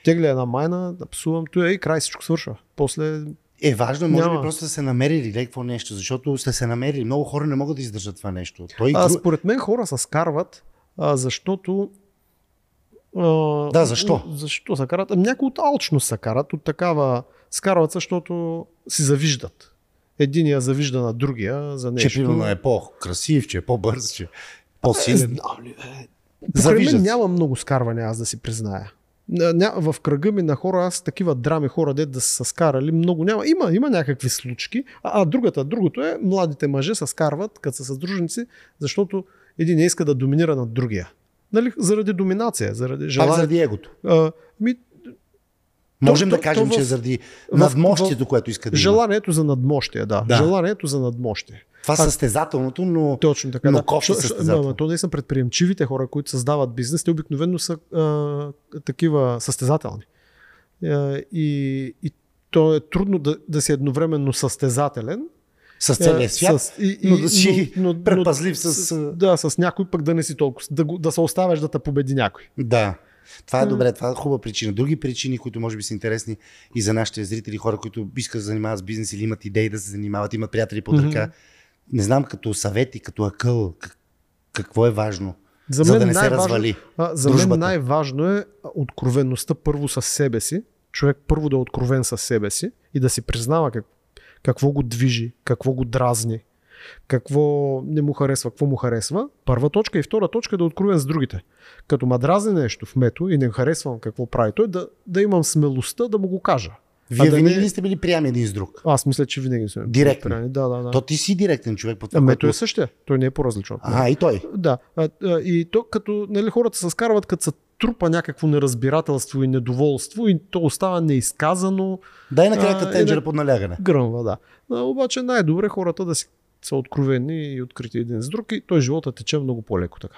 Тегля една майна, да псувам, той е и край всичко свършва. После
Е, важно е, може би
Няма.
просто да се намерили лекво нещо, защото сте се намерили. Много хора не могат да издържат това нещо. Той
А,
гру-
според мен хора се скарват, а, защото. А,
Да, защо?
Защо се карат? Ами, Някои от алчност се карат, от такава. Скарват, се, защото си завиждат. Единия завижда на другия за нещо.
че примерно е по-красив, че е по-бърз, че е
Е,
по-силен.
знам ли, бе. Покрай
Завиждат.
мен няма много скарване, аз да си призная. ня- ня- в кръга ми на хора, аз такива драми хора, дед да са се скарали, много няма. Има, има някакви случки. А, а другата, другото е, младите мъже се скарват, като са съдружници, защото един не иска да доминира над другия. Нали? Заради доминация, заради
Пак
желание.
заради егото.
А, ми,
Можем
то-
да кажем,
то в-
че е заради надмощието,
в-
което иска да има.
желанието за надмощие, да.
Да.
да. Желанието за надмощие.
Това е
А-
състезателното, но...
Точно така.
Но
да.
кофти
Що- що-
състезател.
ама То не са предприемчивите хора, които създават бизнес, те обикновено са а, такива състезателни. А, и, и то е трудно да, да си едновременно състезателен.
С целия
а,
свят.
е, с- и,
но да си предпазлив с-
Да, с някой пък да не си толкова. Да, го- да се оставяш да те победи някой.
Да. Това е
М.
добре, това е хубава причина. Други причини, които може би са интересни и за нашите зрители, хора, които искат да се занимават с бизнес или имат идеи да се занимават, имат приятели под
Мгм.
ръка. Не знам като съвет и като акъл как- какво е важно,
За
за
мен
да не се
най-важно-
развали.
А, за
Дружбата.
мен най-важно е откровенността първо с себе си. Човек първо да е откровен с себе си и да си признава как, какво го движи, какво го дразни, какво не му харесва, какво му харесва. Първа точка и втора точка е да е откровен с другите. Като ма дразни нещо в мето и не харесвам какво прави той, да, да имам смелостта да му го кажа.
Вие
да
винаги
не-
ли сте били приями един с друг?
Аз мисля, че винаги сме.
Директно.
приятели. Да, да, да.
То ти си директен човек. По това,
А мето
което-
е същия. Той не е по-различен. от мен.
А, и той.
Да. А, а, и то като нали, хората се скарват, като се трупа някакво неразбирателство и недоволство и то остава неизказано,
Дай на краката
А, и
тенджера
да-
под налягане.
гръмва, да. А, обаче най-добре е хората да си са откровени и открити един с друг и той живота тече много по-леко така.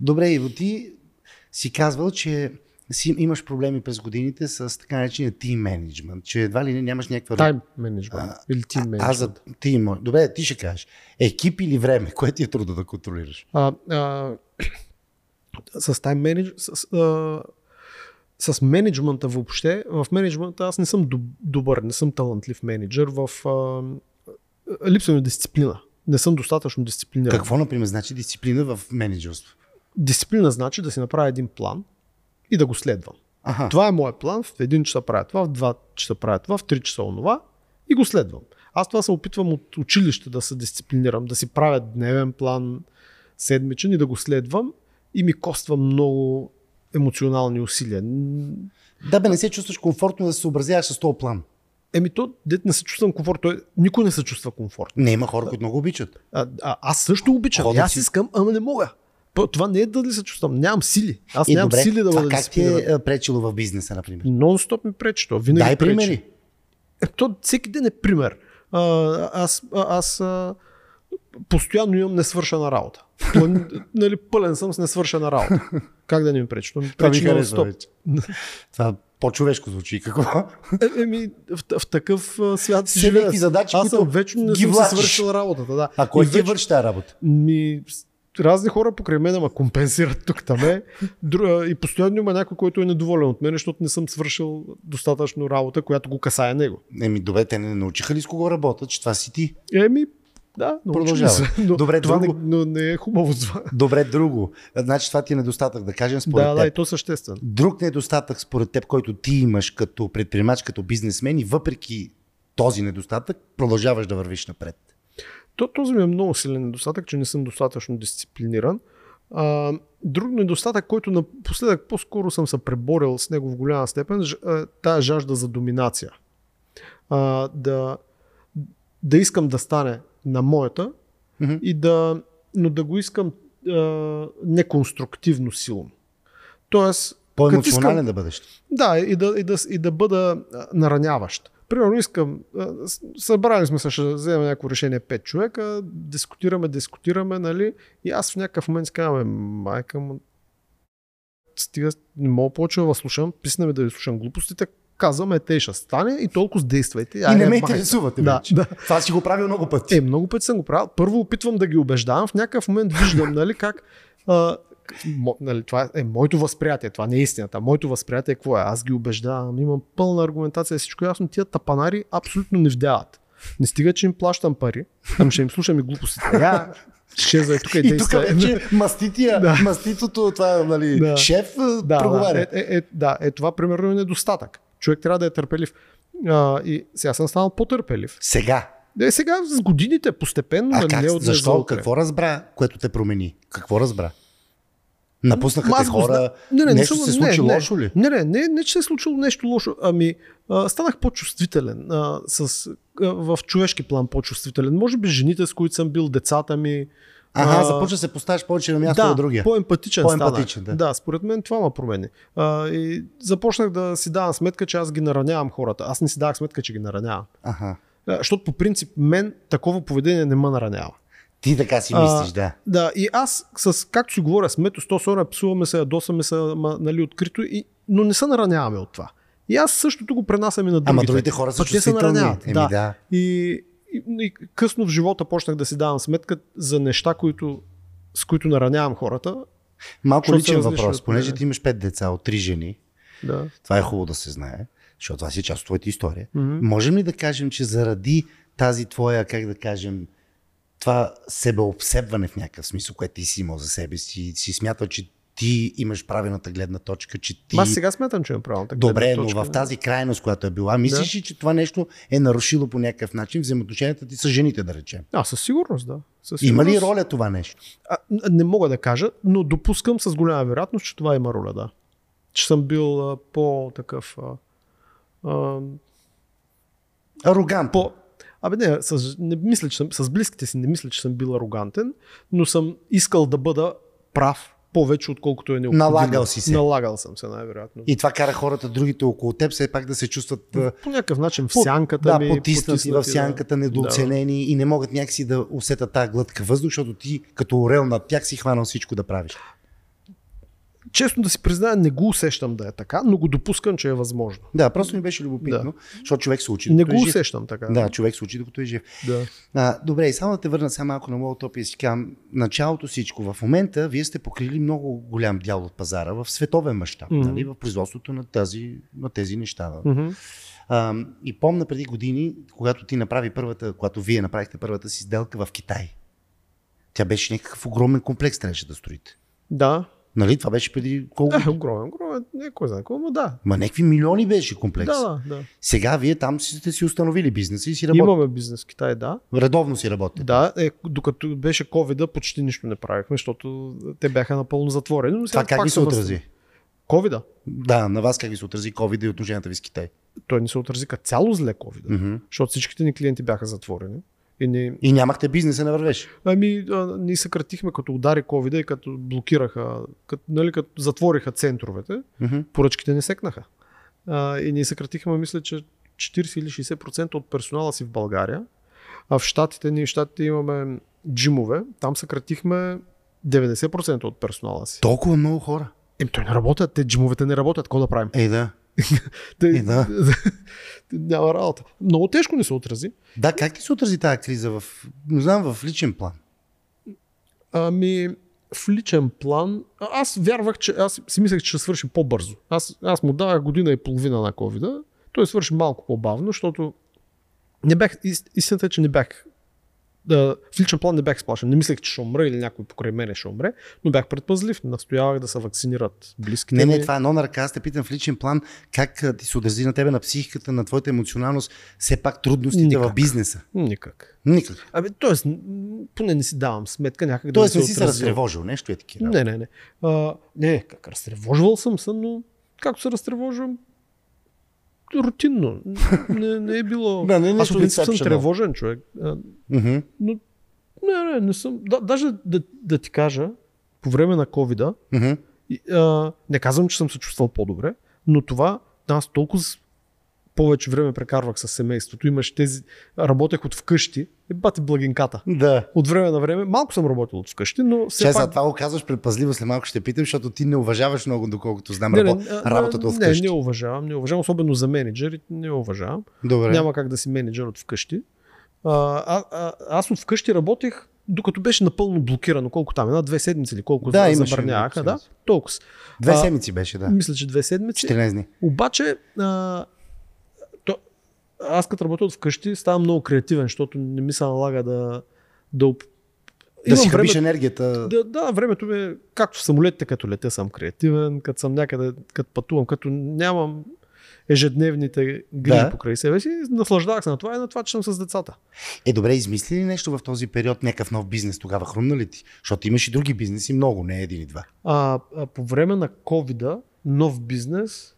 Добре, Иво, ти си казвал, че си имаш проблеми през годините с така наречения тим менеджмент, че едва ли не нямаш някаква...
Тайм менеджмент
А,
или тим
А, аз за
менеджмент.
ти мой. Добре, ти ще кажеш. Екип или време, кое ти е трудно да контролираш?
А, а, с тайм менедж... С, а, с менеджмента въобще, в менеджмента аз не съм доб- добър, не съм талантлив менеджер, в а, липса ми дисциплина. Не съм достатъчно дисциплиниран.
Какво, например, значи дисциплина в менеджерство?
Дисциплина значи да си направя един план и да го следвам.
Аха.
Това е моят план. В един часа правя това, в два часа правя това, в три часа онова и го следвам. Аз това се опитвам от училище да се дисциплинирам, да си правя дневен план, седмичен и да го следвам и ми коства много емоционални усилия. М,
Да бе, не се чувстваш комфортно да се съобразяваш с този план.
Еми то, дет не се чувствам комфорт, той, никой не се чувства комфорт.
Не, има хора, които много обичат.
А, а, аз също обичам,
Ходим
и аз
си.
искам, ама не мога. П- Това не е да ли се чувствам, нямам сили. Аз
Е,
нямам сили да
това
бъда
как ти
дисциплиниран.
е а, пречило в бизнеса, например?
Нон-стоп ми пречи то. Винаги
Дай
пречи.
примери.
Е, то всеки ден е пример. А, аз, а, аз а, постоянно имам несвършена работа. План, нали, пълен съм с несвършена работа. Как да не ми пречи? То ми
Това ми
пречи
харесва
нон-стоп.
вече. Това по-човешко звучи. Какво?
Е, Еми, в, в такъв а, свят си
Всякакви
живея.
задачи,
Аз съм
които
вечно не
ги
съм си
влачиш.
свършил работата. Да.
А кой
И
ти е върши тази работа?
Ми, с- разни хора покрай мен ме компенсират тук таме. Дру- И постоянно има някой, който е недоволен от мен, защото не съм свършил достатъчно работа, която го касае него.
Еми, добре, те не научиха ли с кого работят, че това си ти?
Еми, да, научили
Продължава.
Се, но
Добре,
това
друго.
не, но не е хубаво това.
Добре, друго. Значи това ти е недостатък, да кажем, според
Да,
теб.
да, и то съществено.
Друг недостатък според теб, който ти имаш като предприемач, като бизнесмен и въпреки този недостатък продължаваш да вървиш напред.
То, този ми е много силен недостатък, че не съм достатъчно дисциплиниран. А, друг недостатък, който напоследък по-скоро съм се преборил с него в голяма степен, ж- а, тая жажда за доминация. А, да, да искам да стане на моята,
Мгм.
и да, но да го искам а, неконструктивно силно. Тоест, като
По-емоционален
искам,
да бъдеш.
Да, и да, и да, и да бъда а, нараняващ. Примерно искам, а, с- събрали сме се, ще вземем някакво решение 5 човека, дискутираме, дискутираме, нали? И аз в някакъв момент си казвам, «Бе, майка му, стига, не мога повече да ви слушам, писна ми да ви слушам глупостите, казваме, те ще стане и толкова с действайте.
и не
айде,
ме
майка».
интересувате
е, Да,
вече.
да.
Това си го правил много пъти.
Е, много пъти съм го правил. Първо опитвам да ги убеждавам, в някакъв момент виждам, нали, как... А, мо, нали, това е моето възприятие, това не е истината. Моето възприятие е какво е? Аз ги убеждавам, имам пълна аргументация, всичко е ясно. Тия тапанари абсолютно не вдяват. Не стига, че им плащам пари, ами ще им слушам и глупостите. Я, ще за тук и,
и тук
действай.
вече мастития,
Е, Да.
маститото, това, нали,
Да.
шеф да,
да, да,
проговаря.
е, е, е, да, е това примерно е недостатък. Човек трябва да е търпелив. А, и сега съм станал по-търпелив.
Сега.
Е, сега с годините постепенно.
А
нали,
как,
не от днес за
защо?
утре.
Какво разбра, което те промени? Какво разбра? Напуснаха те
Аз го
хора,
зна-
нещо се случи
не,
лошо ли?
Не, не, не, не, че се е случило нещо лошо. Ами, а, станах по-чувствителен. А, с, а, в човешки план по-чувствителен. Може би жените, с които съм бил, децата ми.
Ага,
а,
започва да се поставиш повече на място
да,
на другия.
По-емпатичен,
По-емпатичен,
станах.
да.
да. според мен това ме промени. А, и започнах да си давам сметка, че аз ги наранявам хората. Аз не си давах сметка, че ги наранявам.
Аха.
А, Защото по принцип мен такова поведение не ме наранява.
Ти така си
А,
мислиш, да.
Да, и аз, с, както си говоря, с Мето 100 сора, псуваме се, ядосаме се, ма, нали, открито, и, но не се нараняваме от това. И аз същото го пренасям и на другите.
Ама другите хора са
Пък те се
чувствителни.
нараняват,
Еми,
да.
да.
И, и, и късно в живота почнах да си давам сметка за неща, които, с които наранявам хората.
Малко
Защото
личен
са различни
въпрос.
от
Понеже
мен.
ти имаш пет деца от три жени,
Да.
това е хубаво да се знае, защото това си е част от твоята история.
Мгм.
Можем ли да кажем, че заради тази твоя, как да кажем, това себеобсебване в някакъв смисъл, което ти си имал за себе си, си смятал, че ти имаш правилната гледна точка, че ти...
Ма Аз сега смятам, че имам правилната
Добре,
гледна
но
точка.
в тази крайност, която е била, мислиш ли, че това нещо е нарушило по някакъв начин взаимоотношенията ти с жените, да речем?
А, със сигурност, да. Със
Има ли
сигурност.
роля това нещо?
А, н- не мога да кажа, но допускам с голяма вероятност, че това има роля, да. Че съм бил а, по-такъв... А, а,
Арогантно.
по... Абе не, с, не мисля, че съм, с близките си не мисля, че съм бил арогантен, но съм искал да бъда прав повече, отколкото е необходимо.
Налагал си се.
Налагал съм се, най-вероятно. И...
И това кара хората, другите около теб, все пак да се чувстват а,
По някакъв начин в
По-
сянката
да,
ми...
потиснати в сянката,
да.
недооценени и не могат някакси да усетят тази глътка въздух, защото ти като орел над тях си хванал всичко да правиш.
Да. Честно да си призная, не го усещам да е така, но го допускам, че е възможно.
Да, просто ми беше любопитно, защото човек се учи.
Не
докато
го
е жив.
усещам така.
Да, човек се учи, докато е жив.
да.
А, добре, и само да те върна сега малко на Молотоп и си кам, началото всичко. В момента вие сте покрили много голям дял от пазара в световен мащаб,
Мгм.
нали, в производството на, тази, на тези неща.
Мгм.
А, и помна преди години, когато ти направи първата, когато вие направихте първата си сделка в Китай. Тя беше някакъв огромен комплекс, трябваше да строите.
Да.
Нали? Това беше преди колко?
Да, Е, огромен, огромен, не кой знае какво, но да.
Ма някакви милиони беше комплекс.
Да, да, да.
Сега вие там си, сте си установили бизнеса и си работите.
Имаме бизнес в Китай, да.
Редовно си работите.
Да, е, докато беше covid почти нищо не правихме, защото те бяха напълно затворени. Но сега
Това как
пак
ви се
въз-
отрази?
COVID-а.
Да, на вас как ви се отрази COVID и отношенията ви с Китай?
Той ни се отрази като цяло зле COVID-а,
Мгм.
защото всичките ни клиенти бяха затворени. И ни,
И нямахте бизнеса, не вървеше.
ами, а, ни съкратихме като удари COVID-а и като блокираха, като, нали, като затвориха центровете,
Мгм.
поръчките не секнаха. А, и ние съкратихме, мисля, че 40 или 60% от персонала си в България. А в Штатите, ние в Штатите имаме джимове, там съкратихме 90% от персонала си.
Толкова много хора.
Еми, той не работят, те джимовете не работят, какво да правим?
Е, да.
Те,
Е, да.
Няма работа. Много тежко ни се отрази.
Да, как ти се отрази тази криза в, не знам, в личен план?
Ами, в личен план, а- аз вярвах, че аз си мислех, че ще свърши по-бързо. Аз, аз му давах година и половина на covid Той свърши малко по-бавно, защото не бях, ис- истината е, че не бях да, в личен план не бях сплашен. Не мислех, че ще умра или някой покрай мене ще умре, но бях предпазлив. Настоявах да се вакцинират близките.
Не, не,
ми.
това е едно на ръка. Аз те питам в личен план как а, ти се отрази на тебе, на психиката, на твоята емоционалност, все пак трудностите
Никак.
в бизнеса.
Никак.
Никак.
Абе, т.е. поне не си давам сметка някак да
Тоест
ми
не
се
си се
отрази.
разтревожил, нещо е такива.
Не, не, не. А, не, как разтревожвал съм се, но както се разтревожвам, рутинно. Не, не е било...
Да, не е
Аз
нещо
по принцип съм
exceptional.
тревожен човек. А,
Мгм.
но не, не, не съм... Да, даже да, да ти кажа, по време на ковида,
Мгм.
и, а, не казвам, че съм се чувствал по-добре, но това аз толкова с- повече време прекарвах с семейството. Имаш тези... Работех от вкъщи. Е, бати благинката.
Да.
От време на време. Малко съм работил от вкъщи, но все
Че
пак...
за това го казваш предпазливо, след малко ще питам, защото ти не уважаваш много, доколкото знам
Не,
рабо-
не, а,
работата
не,
от вкъщи.
Не, не уважавам, не уважавам, особено за менеджери, не уважавам.
Добре.
Няма как да си менеджер от вкъщи. А, а, а, аз от вкъщи работех, докато беше напълно блокирано, колко там, една-две седмици или колко
Да,
да,
имаше
забраняваха,
една
да, толкова.
Две
А,
седмици беше, да.
Мисля, че две седмици.
14 дни.
Обаче, а, то, аз като работя от вкъщи, ставам много креативен, защото не ми се налага да... Да, оп-
Да си
Имам време-
хабиш енергията.
да, да, времето ми е както в самолетите, като летя съм креативен, като съм някъде, като пътувам, като нямам ежедневните грижи
Да.
да. покрай себе си. Наслаждавах се на това и на това, че съм с децата.
Е, добре, измисли ли нещо в този период, някакъв нов бизнес тогава? Хрумна ли ти? Защото имаш и други бизнеси много, не един и два.
А, а по време на covid нов бизнес,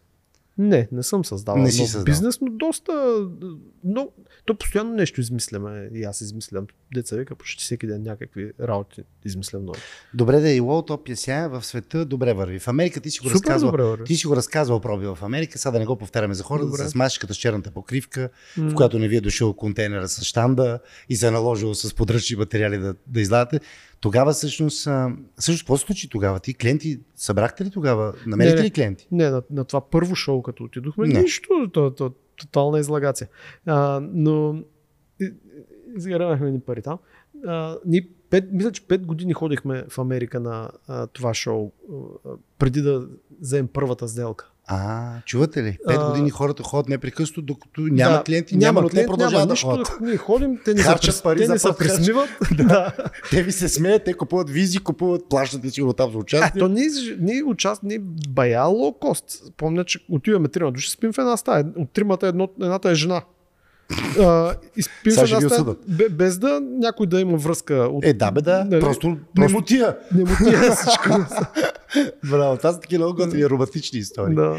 не, не съм създавал
Не си
нов
създал.
бизнес, но доста, но то постоянно нещо измисляме и аз измислям. Деца вика почти всеки ден някакви работи измислям нови.
Добре, да е и Лоутопия сега в света добре върви. В Америка ти си го
Супер
разказвал.
добре върви.
Ти си го разказвал пробил в Америка, сега да не го повтаряме за хората,
Добре.
с машката с черната покривка, в
М.
която не ви е дошъл контейнера с щанда и се е наложило с подръчни материали да, да излагате. Тогава всъщност, а, всъщност какво се случи тогава? Ти клиенти събрахте ли тогава? Намерихте
Не, не.
ли клиенти?
Не, на, на това първо шоу, като отидохме,
Не.
не. нищо, то, то, тотална излагация. А, но и- и- изгарявахме ни пари там. А, ни пет, мисля, че 5 години ходихме в Америка на а, това шоу, а, преди да вземем първата сделка.
А, чувате ли? Пет
А,
години хората ходят непрекъснато, докато няма
Да,
клиенти, няма, но те
клиент,
продължават
няма
да
нищо,
ходят.
Ние ходим, те ни се,
Харчат
прис-
пари
те
за
ни се
подкаст.
присмиват. да.
Те ви се смеят, те купуват визи, купуват, плащат и сигурно там за
А,
участие.
то ние, ж- ние участ, ние бая лоу кост. Помня, че отиваме трима души, спим в една стая. От тримата едно, едната е жена. А, и спим
Сега
в
ще
една
ги
стая,
осъдат.
бе- без да някой да има връзка. От...
Е, да бе, да.
Нали?
Просто, не му тия.
Не му тия всичко.
Браво, това са такива много готини романтични истории.
да.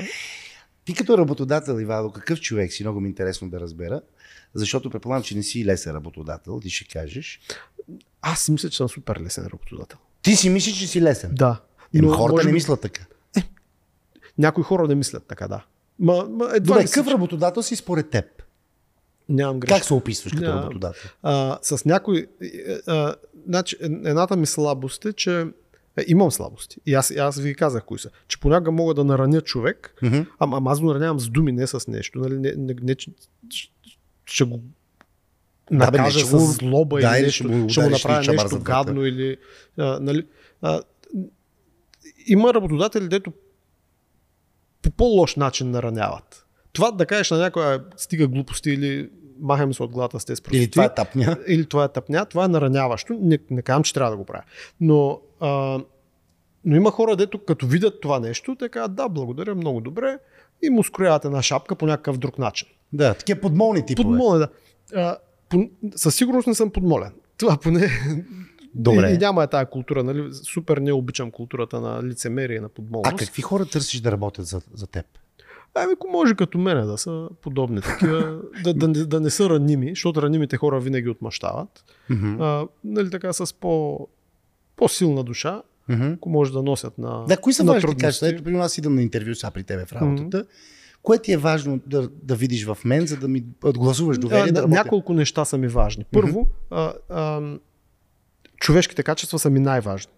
Ти като работодател, Ивайло, какъв човек си? Много ми е интересно да разбера. Защото предполагам, че не си лесен работодател, ти ще кажеш.
Аз си мисля, че съм супер лесен работодател.
Ти си мислиш, че си лесен.
Да.
Ем, хората
може
не
би
мислят така.
Някои хора не мислят така, да. Ма, ма едва
Добре,
ли си-
какъв работодател си според теб?
Нямам грешка.
Как се описваш като
Да.
работодател?
а, с някой... А, а, значи, едната ми слабост е, че е, имам слабости. И аз, и аз ви казах кои са. Че понякога мога да нараня човек,
Мгм.
ама, ама аз го наранявам с думи, не с нещо. Нали? Не, не, не, че- ще, ще го
Да, бе, не,
накажа
ще
с
го-
злоба
да,
или
или
нещо,
ще му
ще му
удариш ли
направя
чабар
нещо
за врата?
гадно или... А, нали? а, има работодатели, дето по по-лош начин нараняват. Това да кажеш на някоя стига глупости или махаме се от главата с тези
Или това е тапня?
или това е тъпня, това е нараняващо. Не, не казвам, че трябва да го правя. Но, а, но има хора, дето като видят това нещо, те казват, да, благодаря, много добре, и му скрояват една шапка по някакъв друг начин.
Да, такива подмолни типове.
Подмолен, да. А, по, със сигурност не съм подмолен. Това поне...
Добре.
И, и няма е тая култура, нали? Супер не обичам културата на лицемерие, и на подмолност.
А какви хора търсиш да работят за, за теб?
Ами, ако може като мене да са подобни такива, да, да, не- да не са раними, защото ранимите хора винаги отмъщават.
Мгм.
а, нали така, с по, по-силна душа,
Мгм.
ако може да носят на
Да, кои са
на
важните
трудности.
качества? Ето, при нас идвам на интервю сега при тебе в работата. Кое ти е важно да, да видиш в мен, за да ми отгласуваш доверие?
а,
да
да,
работя?
няколко неща са ми важни. Първо, а, а, човешките качества са ми най-важни.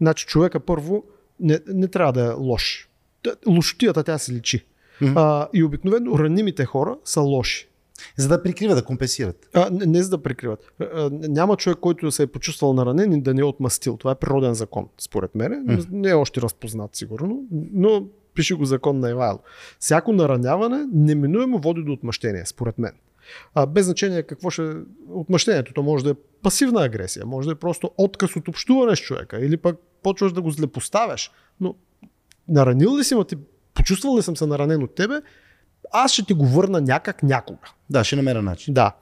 Значи човека първо не, не трябва да е лош. Т- Лошотията тя се личи.
Мгм.
А, и обикновено ранимите хора са лоши.
За да прикрива, да компенсират.
А, не, не за да прикриват. А, а, няма човек, който да се е почувствал наранен и да не е отмъстил. Това е природен закон, според мен.
Мгм.
Не е още разпознат, сигурно, но пише го закон на Ивайло. Всяко нараняване неминуемо води до отмъщение, според мен. А, без значение какво ще е отмъщението. То може да е пасивна агресия, може да е просто отказ от общуване с човека или пък почваш да го злепоставяш. Но наранил ли си, ма ти почувствал ли съм се наранен от тебе, аз ще ти го върна някак някога.
Да, ще намеря начин.
Да.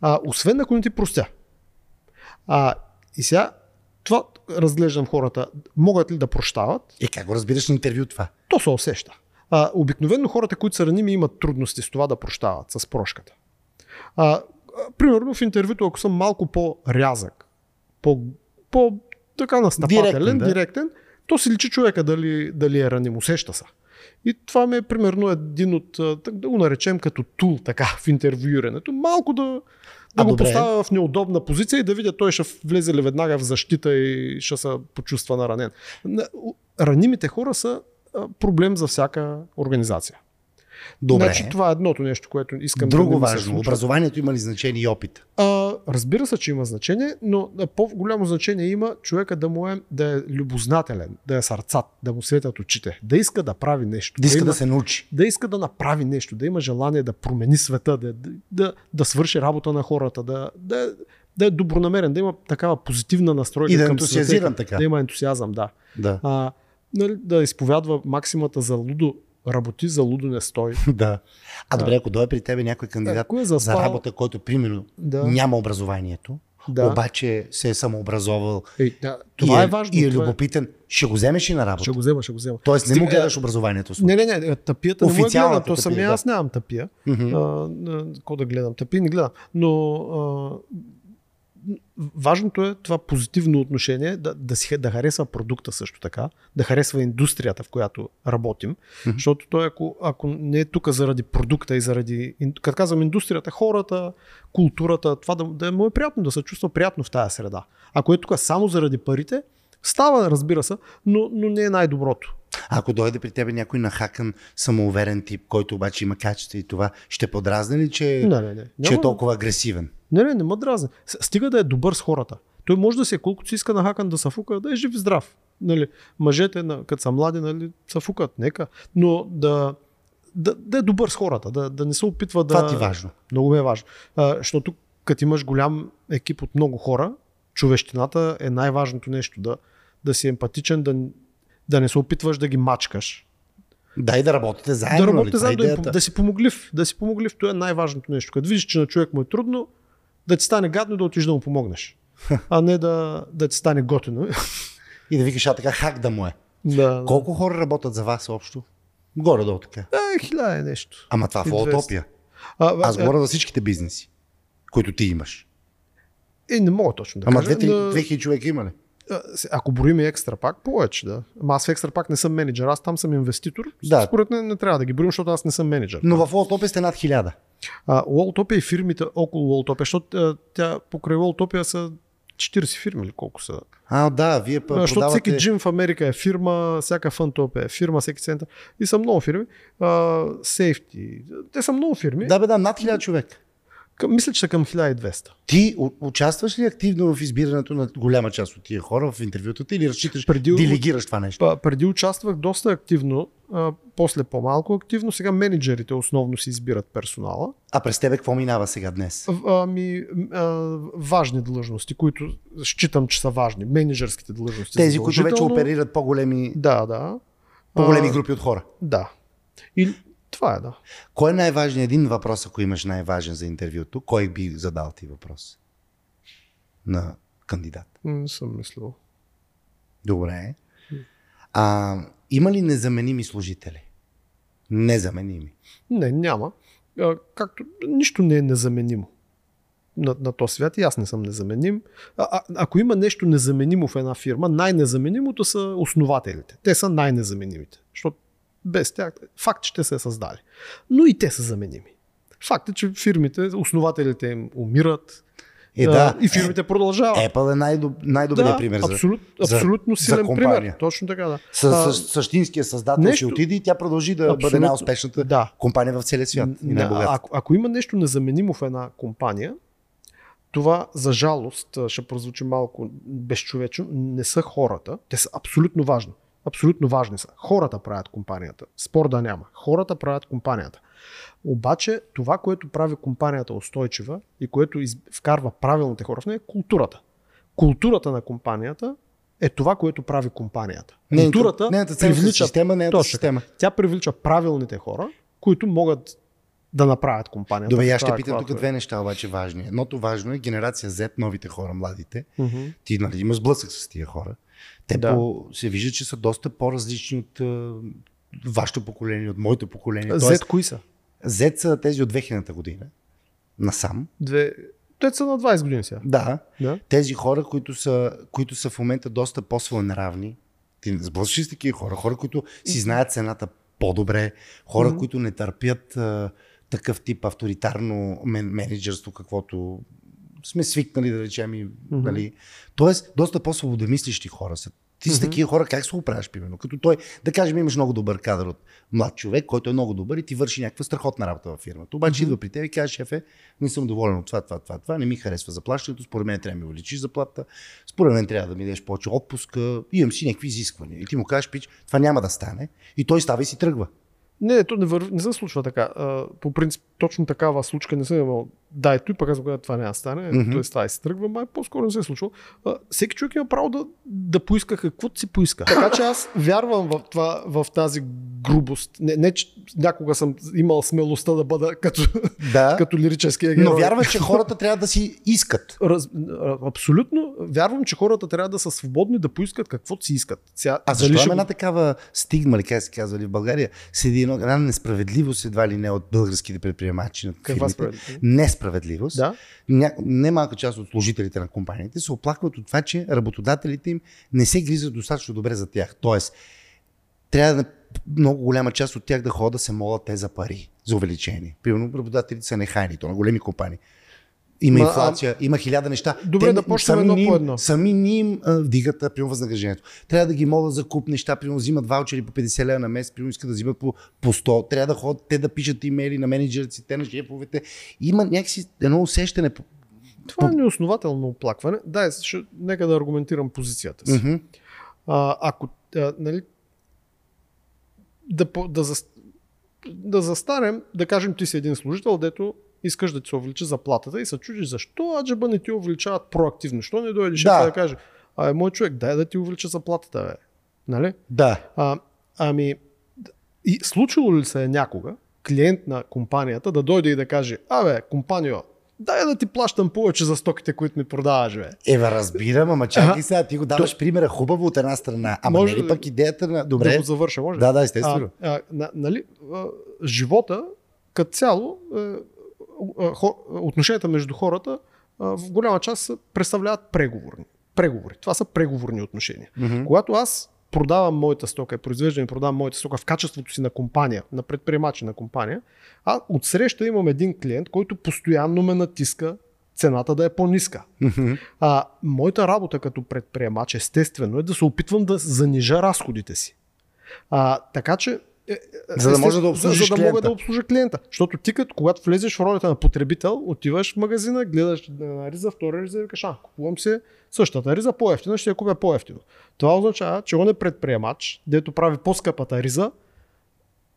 А, освен ако не ти простя. А, и сега, това разглеждам хората. Могат ли да прощават?
Е, как го разбираш на интервю това?
То се усеща. А, обикновено хората, които са раними, имат трудности с това да прощават, с прошката. А, а, примерно в интервюто, ако съм малко по-рязък, по, по така настъпателен,
Директен,
директен,
да.
да. директен, то си личи човека дали, дали е раним, усеща се. И това ми е примерно един от, а, так да го наречем като тул, така, в интервюирането. Малко да, да
А,
го
добре.
поставя в неудобна позиция и да видя той ще влезе ли веднага в защита и ще се почувства наранен. На- у- Ранимите хора са а, проблем за всяка организация.
Добре.
Значи, това е едното нещо, което искам да
Друго
не ми се
важно.
случва.
Образованието има ли значение и опит?
А, разбира се, че има значение, но а, по-голямо значение има човека да му е, да е любознателен, да е сърцат, да му светят очите, да иска да прави нещо.
Да иска
има,
да се научи.
да иска да направи нещо, да има желание да промени света, да, да, да, да свърши работа на хората, да, да, да е добронамерен, да има такава позитивна настройка.
И да е
към света,
ентусиазиран така.
Да има ентусиазъм, да.
Да.
А, нали, да изповядва максимата за лудо работи, за лудо не стой.
да. А добре, ако дойде при тебе някой кандидат
Ако е
за
заспал-
работа, който примерно
Да.
няма образованието,
Да.
обаче се е самообразовал
Е, да. Това
и
е, важно.
и е
това
любопитен, ще го вземеш и на работа.
Ще го взема, ще го взема.
Тоест не
Стига-
му гледаш образованието. с-
Не, не, не, е, тапията не му е гледам,
Официалната
то самия
тапия, да.
аз нямам тапия.
Мгм.
А, на- Какво да гледам? Тапи не гледам. Но а, важното е това позитивно отношение, да, да, си, ха- да харесва продукта също така, да харесва индустрията, в която работим.
Мгм.
Защото той, ако, ако не е тук заради продукта и заради, ин- като казвам индустрията, хората, културата, това да, да му е приятно, да се чувства приятно в тази среда. Ако е тук само заради парите, става, разбира се, но, но не е най-доброто.
Ако дойде при тебе някой нахакан, самоуверен тип, който обаче има качества и това, ще подразне ли, че,
Не, не,
че
не.
е
Няма-
толкова агресивен?
Не, не, не ме дразни. С- Стига да е добър с хората. Той може да се е колкото си иска на хакан да се фука, да е жив и здрав. Нали, мъжете, на- като са млади, нали, се фукат, нека. Но да, да, да е добър с хората, да, да не се опитва да...
Това ти е важно.
Много ми е важно. А, защото като имаш голям екип от много хора, човещината е най-важното нещо. Да, да си емпатичен, да, да не се опитваш да ги мачкаш.
Да и да работите заедно.
Да работите
нали? Това е
заедно, да, им пом-
идеята.
да си помоглив. Да си помоглив, това е най-важното нещо. Като видиш, че на човек му е трудно, да ти стане гадно да отидеш да му помогнеш. А не да, да ти стане готино.
И да викаш, а така хак да му е.
да.
Колко хора работят за вас общо? Горе-долу така.
Е, хиляда е нещо.
Ама това в
Известно.
утопия.
А,
Аз
а,
говоря за всичките бизнеси, които ти имаш.
Е, не мога точно да
Ама
кажа.
две-три-
но-
2000 човека има ли?
а, се- Ако броим и екстра пак, повече, да. Ама аз в екстра пак не съм менеджер, аз там съм инвеститор.
Да.
Според мен не трябва да ги броим, защото аз не съм менеджер.
Но в Лотопе сте над 1000.
А, Уолтопия и фирмите около Уолтопия, защото а, тя покрай Уолтопия са 40 фирми или колко са.
А, да, вие па-
А, Защото
продавате...
всеки джим в Америка е фирма, всяка фантопия е фирма, всеки център. И са много фирми. А, сейфти. Те са много фирми.
Да, бе, да, над 1000 човек.
Към, мисля, че са към 1200.
Ти у- участваш ли активно в избирането на голяма част от тия хора в интервютата или разчиташ,
Преди-
делегираш това нещо?
Па, преди участвах доста активно, а, после по-малко активно. Сега менеджерите основно си избират персонала.
А през тебе какво минава сега днес?
В- Ами, а, важни длъжности, които считам, че са важни. Менеджерските длъжности.
Тези, които вече
задължително.
оперират по-големи,
Да, да.
по-големи
А,
групи от хора.
Да. И това е, да.
Кой е най-важният един въпрос, ако имаш най-важен за интервюто? Кой би задал ти въпрос? На кандидат.
Не съм мислил.
Добре. А, има ли незаменими служители? Незаменими.
Не, няма. А, както нищо не е незаменимо на, на този свят и аз не съм незаменим. А, а, ако има нещо незаменимо в една фирма, най-незаменимото са основателите. Те са най-незаменимите. Защото без тях, факт, че те се създали. Но и те са заменими. Факт е, че фирмите, основателите им умират.
Е,
а,
да.
И фирмите продължават.
Apple е най-доб- най-добрият
да,
пример за,
абсолют,
за-
абсолютно
за
силен пример.
компания.
Точно така, да.
С,
А,
с, същинския създател
нещо-
ще отиде и тя продължи да бъде
Абсолютно.
най-успешната
Да.
компания в целия свят. И е
Н-
най-богата.
ако, ако има нещо незаменимо в една компания, това за жалост а, ще прозвучи малко безчовечно, не са хората. Те са абсолютно важни. Абсолютно важни са. Хората правят компанията. Спор да няма. Хората правят компанията. Обаче това, което прави компанията устойчива и което из... вкарва правилните хора в нея е културата. Културата на компанията е това, което прави компанията.
Нейната-
Културата
нейната ценностна
привлича
система, нейната
Точно.
система.
тя привлича правилните хора, които могат да направят компанията.
Добре, аз ще
такава,
питам тук
каквато е.
две неща обаче важни. Едното важно е генерация Z, новите хора, младите.
Мгм.
Ти нали, имаш сблъсък с тия хора. Те
Да.
по, се вижда, че са доста по-различни от а, вашето поколение, от моето поколение.
е. Зет кои са?
Z са тези от 2000-та година насам.
Две... Те са на 20 години сега.
Да.
Да.
Тези хора, които са, които са в момента доста по-своенравни. Ти не сблъскаш ли с такива хора. Хора, които си знаят цената по-добре. Хора,
Мгм.
които не търпят а, такъв тип авторитарно мен- менеджерство, каквото сме свикнали да речем. И, нали. Тоест, доста по-свободомислищи хора са. Ти с
Мгм.
такива хора как се оправяш, примерно? Като той, да кажем, имаш много добър кадър от млад човек, който е много добър и ти върши някаква страхотна работа във фирмата. Обаче
Мгм.
идва при теб и казва, шефе, не съм доволен от това, това, това, това, не ми харесва заплащането, според мен трябва да ми увеличиш заплата, според мен трябва да ми дадеш повече отпуска, имам си някакви изисквания. И ти му кажеш, пич, това няма да стане. И той става и си тръгва.
Не, то не, вър... не се случва така. А, По принцип, точно такава случка не съм имал. Да, ето и пък аз го казвам, това няма да стане,
Мгм.
mm-hmm. т.е. това и се тръгва, май по-скоро не се е случвало. А, всеки човек има право да, да поиска каквото си поиска. Така че аз вярвам в, това, в тази грубост. Не, не, че някога съм имал смелостта да бъда като,
Да,
като лирическия герой.
но вярвам, че хората трябва да си искат.
Раз, а, абсолютно вярвам, че хората трябва да са свободни да поискат каквото си искат. Сега,
А защо е
дали
има
ще го-
една такава стигма, ли как се казва ли в България, седи едно, една несправедливост едва ли не от българските предприемачи на
Каква
фирмите.
справедливост?
Несправедливост.
Да.
Ня... Немалка част от служителите на компаниите се оплакват от това, че работодателите им не се грижат достатъчно добре за тях. Тоест, трябва да много голяма част от тях да ходят да се молят те за пари, за увеличение. Примерно работодателите са нехайни, то на големи компании. Има
Ма, а-
инфлация, има хиляда неща.
Добре, да
не-
почнем
сами
едно
ни
по
им-
едно.
Сами ни им а, вдигат а, примерно възнаграждението. Трябва да ги молят за куп неща, примерно взимат ваучери по 50 лева на месец, примерно искат да взимат по, по 100. Трябва да ходят те да пишат имейли на менеджерите, те на шефовете. Има някакси едно усещане. по-
Това е неоснователно оплакване. Да, е, ще, нека да аргументирам позицията си.
Мгм.
А, ако, а, нали, да, по- да, зас, да застанем, да кажем ти си един служител, дето искаш да ти се увеличи заплатата и се чудиш защо аджаба не ти увеличават проактивно. Що не дойде шефа
Да.
да, да каже, а е, мой човек, дай да ти увелича заплатата, бе. Нали?
Да.
А, ами, д- и случило ли се е някога клиент на компанията да дойде и да каже, абе, компанио, дай да ти плащам повече за стоките, които ми продаваш, бе.
Ева, разбирам, ама чакай
Ага.
сега, ти го даваш примера хубаво от една страна. Ама
Може
нали
да-
пък идеята на...
Да
Добре,
го завърша, може ли?
да, да, естествено.
А, а, на, нали, а, живота като цяло, а, а, хо, отношенията между хората а, в голяма част са- представляват преговорни. Преговори. Това са преговорни отношения.
Мгм.
Когато аз продавам моята стока, и произвеждам и продавам моята стока в качеството си на компания, на предприемачи на компания, а отсреща имам един клиент, който постоянно ме натиска цената да е по-ниска.
Мгм.
А, моята работа като предприемач, естествено, е да се опитвам да занижа разходите си. А, така че. е, е,
За да може да
естествено,
обслужиш
за, за да
клиента.
мога да обслужа клиента. Защото ти, като, когато влезеш в ролята на потребител, отиваш в магазина, гледаш една риза, втора риза и викаш, а, купувам се същата риза по-ефтина, ще я купя по-ефтино. Това означава, че он е предприемач, дето прави по-скъпата риза,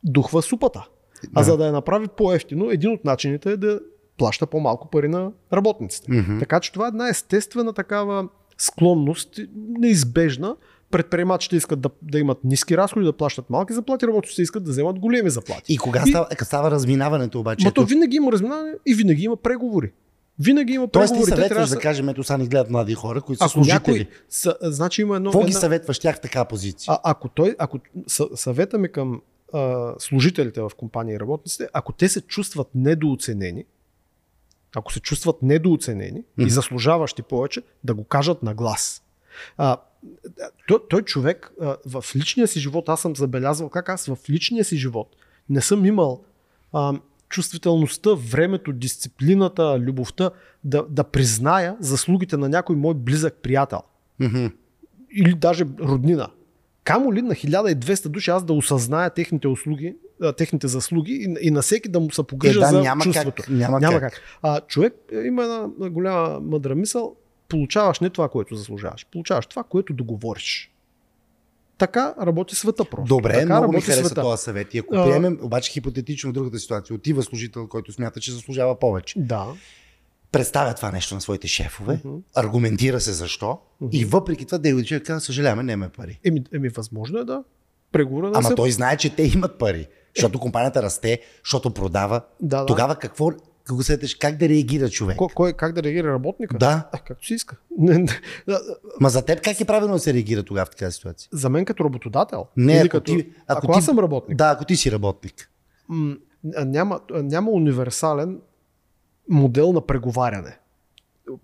духва супата. А
Да.
за да я направи по-ефтино, един от начините е да плаща по-малко пари на работниците.
Мгм.
Така че това е една естествена такава склонност, неизбежна. Предприемачите искат да, да имат ниски разходи, да плащат малки заплати, работниците искат да вземат големи заплати.
И кога
И-
става, къде става разминаването обаче?
Ма то
Ето,
винаги има разминаване и винаги има преговори. Винаги има
Тоест ти
преговори. Те трябва
съветваш
да
да
са-
кажем, ето сега ни гледат млади хора, които са
Ако някой...
служители.
Са, значи има едно...
Какво ги
една-
съветваш тях в такава позиция?
А, ако той, ако съ- съвета ми към а, служителите в компания и работниците, ако те се чувстват недооценени, ако се чувстват недооценени mm-hmm.
Мгм.
и заслужаващи повече, да го кажат на глас. А, той, той човек а, в личния си живот, аз съм забелязвал как аз в личния си живот не съм имал а, чувствителността, времето, дисциплината, любовта да, да призная заслугите на някой мой близък приятел
Мгм.
или даже роднина. Камо ли на 1200 души аз да осъзная техните услуги, а, техните заслуги и, и на всеки да му се погрижа
Е, да,
за
няма как,
чувството.
няма как.
А, човек е, има една голяма мъдра мисъл. Получаваш не това, което заслужаваш. Получаваш това, което договориш. Така работи света просто.
Добре,
така
много ми
работи
хареса
света.
този съвет. И ако
А-
приемем, обаче хипотетично в другата ситуация, отива служител, който смята, че заслужава повече.
Да.
представя това нещо на своите шефове,
Мгм.
аргументира се защо
Мгм.
и въпреки това да и казва, съжаляваме, нямаме пари.
Еми, еми, възможно е да. Преговора да
Ама
се...
той знае, че те имат пари, защото компанията расте, защото продава.
Да, да.
Тогава какво, какво сетеш, как да реагира човек?
Ко- Кой, как да реагира работника?
Да.
А, както си иска. Не, не, да,
Ма за теб как е правилно да се реагира тогава в такава ситуация?
за мен като работодател.
Не,
или
ако
като,
ти- ако
ако
ти-
аз съм работник.
Да, ако ти си работник.
М, а, няма, а, няма универсален модел на преговаряне.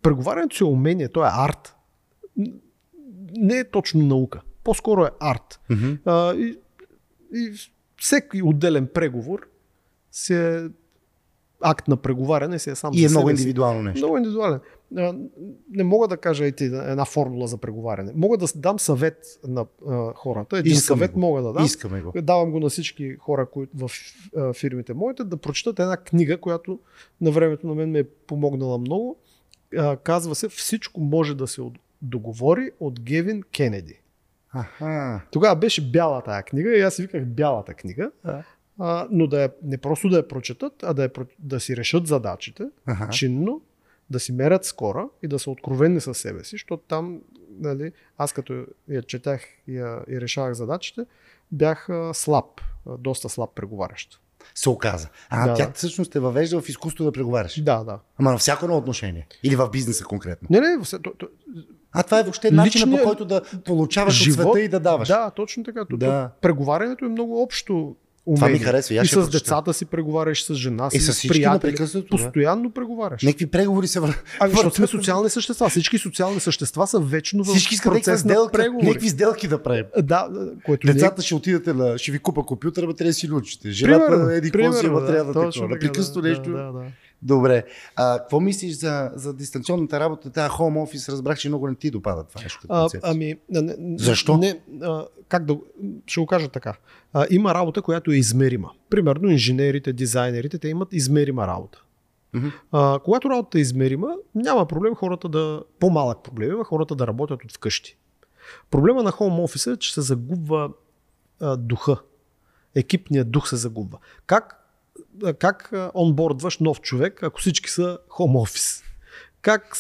Преговарянето си е умение, то е арт. Н- Не е точно наука. По-скоро е арт.
Мгм.
А, и, и всеки отделен преговор си е акт на преговаряне, си е сам
И
за
е много
себе си.
индивидуално нещо.
Много индивидуален. А, Не мога да кажа и ти една формула за преговаряне. Мога да с- дам съвет на а, хората. Един
Искам
съвет
го.
мога да дам.
Искаме го.
Давам го на всички хора които в а, фирмите моите да прочитат една книга, която на времето на мен ми е помогнала много. А, Казва се Всичко може да се од- договори от Гевин Кенеди.
Аха.
Тогава беше бяла тая книга и аз си виках бялата книга.
Да.
а, но да я, не просто да я прочетат, а да, я, про- да си решат задачите,
Аха.
чинно, да си мерят скора и да са откровени със себе си, защото там, нали, аз като я четях и, я, и решавах задачите, бях а, слаб, а, доста слаб преговарящ.
Се оказа. А
Да,
тя
да.
всъщност те въвежда в изкуството да преговаряш.
Да, да.
Ама на всяко едно отношение. Или в бизнеса конкретно.
Не, не, все- то, то,
А това е въобще начинът
Личния
по който да получаваш
живот-
от света и да даваш.
Да, точно така. То,
Да.
да. Преговарянето е много общо
Това ми
умение.
харесва, и аз
И
ще
с
прочета.
децата си преговаряш, с жена си,
И с
с
всички
приятели.
непрекъснато. да.
Постоянно преговаряш.
Някакви преговори се върват.
Ами, защото сме
въртят.
социални същества. Всички социални същества са вечно в
Всички искат някаква
процес на
сделка,
преговори. Ами-
някакви сделки да правим.
Да, да, което
Децата ще отидете на... Ще ви купа компютър, ама трябва да си научите.
Примерно,
Жената еди какво си,
примерно,
ама трябва да
точно
такова.
така,
Непрекъснато
да,
нещо.
Да, да, да.
Добре. А, какво мислиш за, за дистанционната работа? Тая хоум офис разбрах, че много не ти допада това нещо.
А,
концепция.
ами, не, не,
Защо?
Не, а, как да, го- ще го кажа така. А, има работа, която е измерима. Примерно инженерите, дизайнерите, те имат измерима работа.
Мгм.
А, когато работата е измерима, няма проблем хората да. По-малък проблем има хората да работят от вкъщи. Проблема на хоум офиса е, че се загубва а, духа. Екипният дух се загубва. Как, а, как а, онбордваш нов човек, ако всички са хоум офис? Как,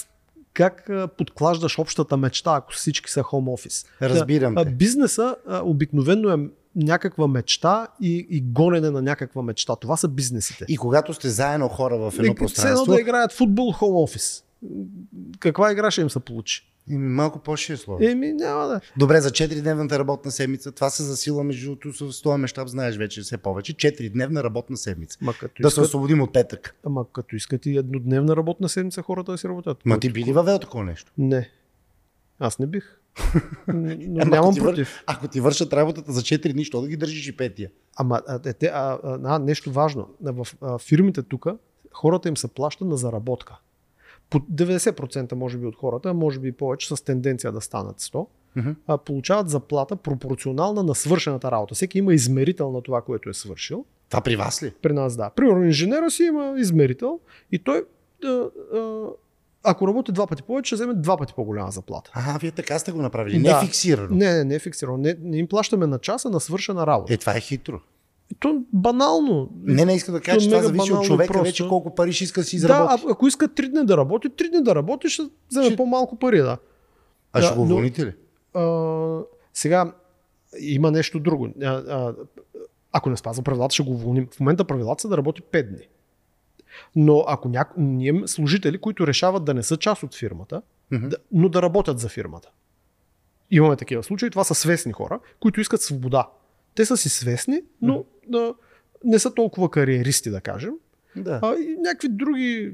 как а, подклаждаш общата мечта, ако всички са хоум офис?
Разбирам
А,
те.
Бизнеса а, обикновено е някаква мечта и, и гонене на някаква мечта. Това са бизнесите.
И когато сте заедно хора в едно
Е, Все едно
пространство,
да играят футбол хоум офис. Каква игра ще им се получи?
еми, малко по-ще е сложно.
Еми, няма да.
Добре, за 4-дневната работна седмица, това се засила между другото с този мащаб, знаеш вече все повече, 4-дневна работна седмица.
Ма като,
Да се
искат,
освободим от петък.
ама като искат и еднодневна работна седмица хората да си работят.
Ма ти би ли въвел такова нещо?
Не. аз не бих. Н- Но
Ама
нямам
ако Е, ти вър-
против.
Ако ти вършат работата за 4 дни, що да ги държиш и петия?
Ама а, е, те, а, а, а, нещо важно. В а, фирмите тук хората им се плаща на заработка. По 90% може би от хората, а може би и повече, с тенденция да станат 100,
Мгм.
а, получават заплата пропорционална на свършената работа. Всеки има измерител на това, което е свършил.
Това при вас ли?
При нас да. Примерно инженера си има измерител и той, а, а, ако работи два пъти повече, ще вземе два пъти по-голяма заплата.
А, вие така сте го направили. Не
Да.
фиксирано.
Не, не, не е фиксирано. Не, не им плащаме на часа на свършена работа.
Е, това е хитро.
То банално.
Не, не искам да кажа,
То
че това
мега
зависи от
банално
човека
просто.
вече колко пари ще иска да си
Да,
изработи.
а, ако иска три дни да работи, три дни да работи, ще вземе
Ще-
по-малко пари, да.
а ще
да,
го
но-
вълните ли?
А, сега, има нещо друго. А, а, ако не спазва правилата, ще го уволним. В момента правилата са да работи 5 дни. Но ако няко... ние имаме служители, които решават да не са част от фирмата,
Мгм.
да, но да работят за фирмата. Имаме такива случаи. Това са свестни хора, които искат свобода. Те са си свестни, но да, не са толкова кариеристи, да кажем.
Да.
А, и някакви други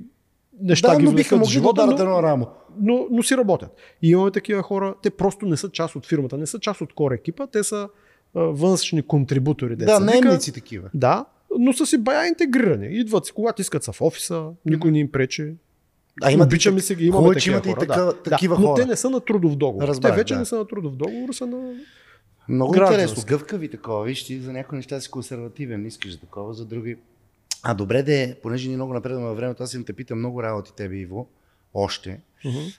да,
неща ги
но биха
влекат в
могли да
живота,
ударят
но,
едно рамо.
но, но си работят. И имаме такива хора, те просто не са част от фирмата, не са част от кора екипа, те са а, външни контрибутори. деца
Да,
вика.
наемници такива.
Да, но са си бая интегрирани. Идват си, когато искат са в офиса, никой не им пречи.
А
Има
имате
Обичаме
так-
си ги, имаме
хубаво, че
такива
имате и
хора.
така-
да.
такива
да, но
хора.
те не са на трудов договор.
Разбрах,
те вече
да.
не са на трудов договор, са на...
Много
Граждански.
интересно. Гъвкави такова. Виж, ти за някои неща си консервативен, не искаш такова, за други. А добре, де, понеже ни много напредваме във времето, аз им те питам много работи тебе, Иво, още.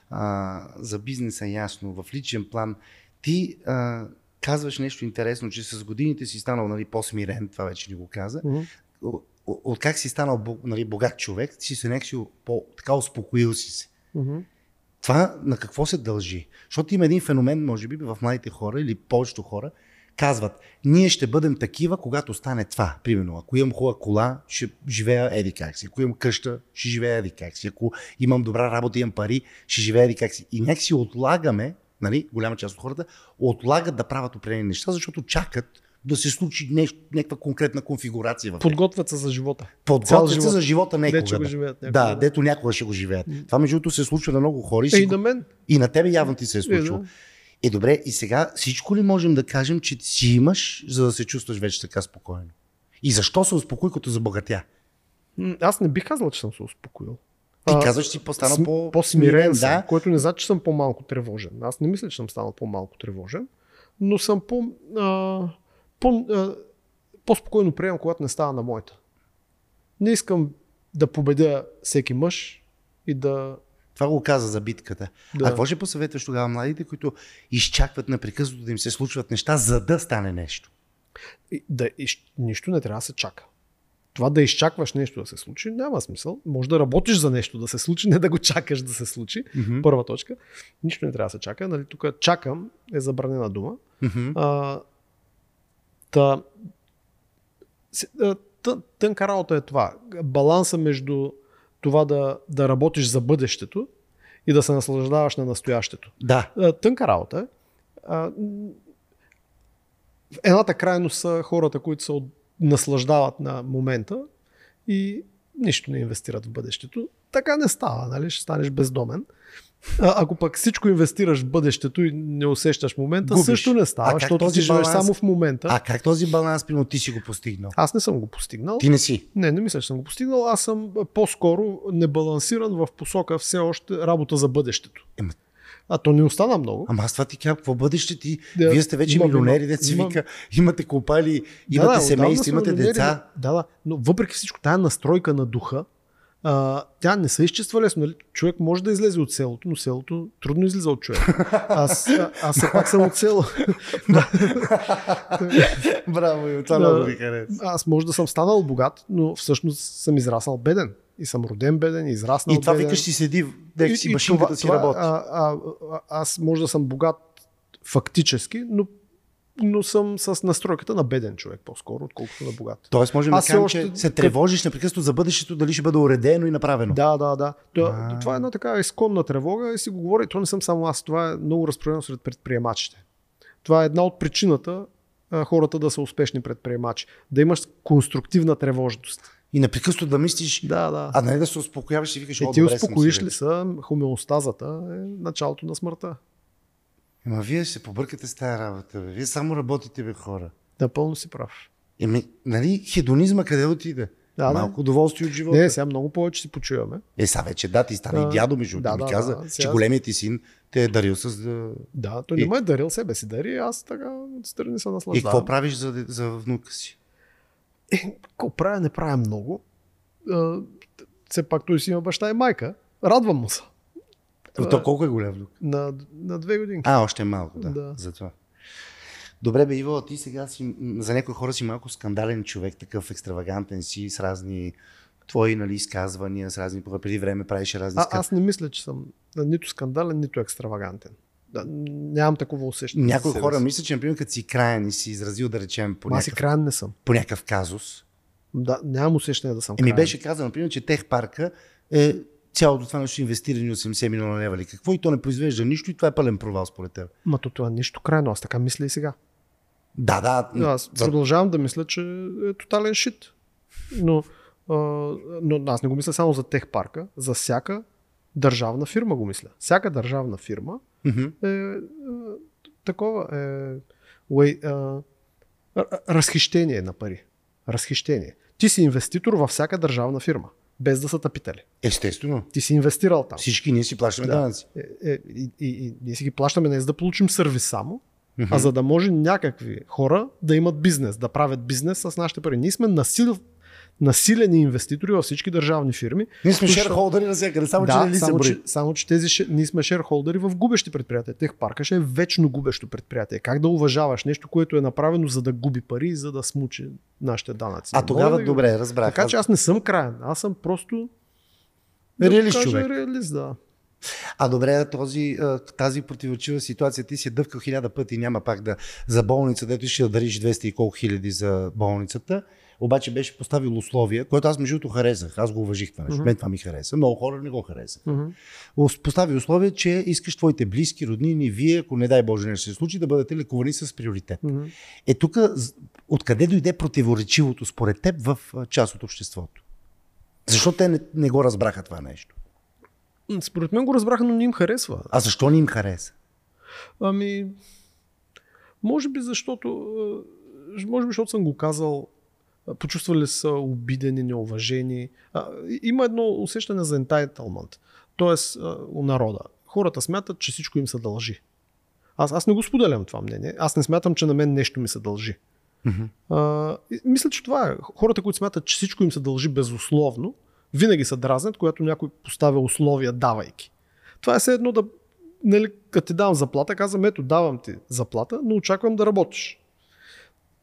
А, за бизнеса ясно, в личен план. Ти а, казваш нещо интересно, че с годините си станал нали, по-смирен, това вече ни го каза.
Мгм.
О- о- От как си станал бо- нали, богат човек, си се някакси по- така успокоил си се.
Мгм.
Това на какво се дължи? Защото има един феномен, може би, в младите хора или повечето хора, казват, ние ще бъдем такива, когато стане това. Примерно, ако имам хубава кола, ще живея еди как си. Ако имам къща, ще живея еди как си. Ако имам добра работа, имам пари, ще живея еди как си. И някакси отлагаме, нали, голяма част от хората, отлагат да правят определени неща, защото чакат да се случи нещо, някаква конкретна конфигурация в
Подготвят се за живота. цял
подготвят се
живот.
за живота
Дето
някога.
го
да.
живеят някога,
да,
да.
дето някога ще го живеят. Това между другото се случва на много хора и,
Е,
си
и
го
на мен.
и на тебе явно ти се е
да.
случило. Е, добре, и сега всичко ли можем да кажем, че си имаш, за да се чувстваш вече така спокойно? И защо се успокои, като забогатя?
М, Аз не бих казал, че съм се успокоил.
Ти
А,
казваш, че си по-стана
См-
по...
по-смирен, съм,
да.
което не значи, че съм по-малко тревожен. Аз не мисля, че съм станал по-малко тревожен, но съм по, а, по, а, по-спокойно приемам, когато не става на моята. Не искам да победя всеки мъж и да...
Това го каза за битката. Да.
Да.
А какво ще посъветваш тогава младите, които изчакват непрекъснато да им се случват неща, за да стане нещо?
И, да, из, нищо не трябва да се чака. Това да изчакваш нещо да се случи, няма смисъл. Може да работиш за нещо да се случи, не да го чакаш да се случи.
Мгм.
Първа точка. Нищо не трябва да се чака. Нали, тук чакам е забранена дума.
Мгм.
А, та, се- а, тън, тънка работа е това. Баланса между това да, да работиш за бъдещето и да се наслаждаваш на настоящето.
Да.
А, тънка работа е. А, м, в едната крайност са хората, които се от- наслаждават на момента и нищо не инвестират в бъдещето. Така не става, нали? Ще станеш бездомен. А, ако пък всичко инвестираш в бъдещето и не усещаш момента,
Губиш.
също не
А
става,
как
защото
този
ти живееш
баланс?
само в момента.
А как този баланс, примерно, ти си го постигнал?
Аз не съм го постигнал.
Ти не си.
Не, не мисля, че съм го постигнал. Аз съм а, по-скоро небалансиран в посока все още работа за бъдещето.
Ема-
А то не остана много.
Ама аз това ти казвам, какво бъдеще ти?
Да.
Вие сте вече
Имам,
милионери,
имам,
деца
имам.
вика, имате копали, имате
да, отдавна
семейство,
сме
имате
родени,
деца.
Да, да, но въпреки всичко, тая настройка на духа, а, тя не се изчиства лесно. Нали? Човек може да излезе от селото, но селото трудно излиза от човек. Аз, а- аз все пак съм от село.
Браво, и това
Да.
много ми хареса.
Аз може да съм станал богат, но всъщност съм израснал беден. И съм роден беден, и израснал
И това
беден.
викаш, си седи,
И-
дек си
и
машинката
това-
си
това,
работи.
А, а, а, аз може да съм богат фактически, но, но съм с настройката на беден човек по-скоро, отколкото на богат.
Тоест, можем да
аз все
кажем, че
още-
се тревожиш непрекъснато за бъдещето, дали ще бъде уредено и направено.
Да, да, да. Това,
А.
това е една така изконна тревога и си го говоря, и то не съм само аз, това е много разпространено сред предприемачите. Това е една от причината а, хората да са успешни предприемачи. Да имаш конструктивна тревожност.
И непрекъснато да мислиш,
Да, да.
а не да се успокояваш и викаш,
Е,
о,
ти
добре, съм
успокоиш
си нали?
ли
вече».
са хомеостазата е началото на смъртта.
Ама вие ще побъркате с тази работа, бе. Вие само работите, бе, хора.
Напълно си прав.
Еми, нали, хедонизма къде отиде?
Да, да.
Малко удоволствие от живота.
Не, сега много повече си почуваме.
Е, сега вече да, ти стана
Да.
и дядо, между
Да,
да, ми
да,
каза,
да,
че
сега-
големият ти син те е дарил с... Да...
Да, той
И-
не ме е дарил себе си, дари, аз така отстрани се наслаждавам.
И Е, какво правиш за, де- за внука си?
Е, какво правя, не правя много. А, все пак той си има баща и майка. Радвам му се.
То, то колко е голям внук?
На, на две годинки.
А, още е малко, да.
Да.
да. За това. Добре, бе, Иво, а ти сега си, м, за някои хора си малко скандален човек, такъв екстравагантен си, с разни твои нали, изказвания, с разни... Преди време правиш разни...
А,
скан-
аз не мисля, че съм нито скандален, нито екстравагантен. Да, нямам такова усещане.
Някои
за себе
хора
си.
мислят, че, например, като си краен и си изразил, да речем, по
Ама Аз и
някакъв,
крайен не съм.
по някакъв казус,
Да, нямам усещане да съм
Еми
краен.
беше казано, например, че Техпарка е цялото това нещо инвестирани 80 милиона лева или какво и то не произвежда нищо и това е пълен провал според теб.
Ма то това е нищо крайно, аз така мисля и сега.
Да, да.
Да, Аз
за-
продължавам да мисля, че е тотален шит. Но, а, но аз не го мисля само за техпарка, за всяка държавна фирма го мисля. Всяка държавна фирма
Мгм.
е, е такова е, уей, а, р- разхищение на пари. Разхищение. Ти си инвеститор във всяка държавна фирма, без да са тъпители.
Естествено.
Ти си инвестирал там.
Всички ние си плащаме
Да.
данъци.
Е, е, и, и, и ние си ги плащаме не за да получим сервис само, а за да може някакви хора да имат бизнес, да правят бизнес с нашите пари. Ние сме насил, насилени инвеститори във всички държавни фирми.
Ние сме
Включва-
шерхолдъри навсякъде, само че
да,
не ли се
само,
брои.
че, само че тези, ше- ние сме шерхолдери в губещи предприятия. Тех парка ще е вечно губещо предприятие. Как да уважаваш нещо, което е направено за да губи пари и за да смучи нашите данъци?
А
Не
тогава
мога да ги-
добре, разбрах.
е Така че
Аз-
аз не съм краен. Аз съм просто...
Реалист
да кажа,
човек.
Реалист, да.
А добре, този, а, тази противоречива ситуация, ти си е дъвкал хиляда пъти и няма пак да за болница, дето ще дариш 200 и колко хиляди за болницата. Обаче беше поставил условия, което аз между другото харесах. Аз го уважих това нещо.
Мгм.
Мен това ми хареса. Много хора не го харесаха.
Мгм.
Ос- постави условие, че искаш твоите близки, роднини, вие, ако не дай Боже нещо се случи, да бъдете лекувани с приоритет.
Мгм.
Е тук, откъде дойде противоречивото според теб в а, част от обществото? Защо те не, не го разбраха това нещо?
М, Според мен го разбраха, но не им харесва.
А защо не им хареса?
Ами, може би защото, а, може би защото съм го казал, а, почувствали са обидени, неуважени. А, и- Има едно усещане за entitlement, т.е. а, у народа. Хората смятат, че всичко им се дължи. Аз, аз не го споделям това мнение. Аз не смятам, че на мен нещо ми се дължи.
Мгм.
А, и- мисля, че това е. Хората, които смятат, че всичко им се дължи безусловно, винаги се дразнят, когато някой поставя условия, давайки. Това е все едно да, нали, като ти давам заплата, казвам, ето, давам ти заплата, но очаквам да работиш.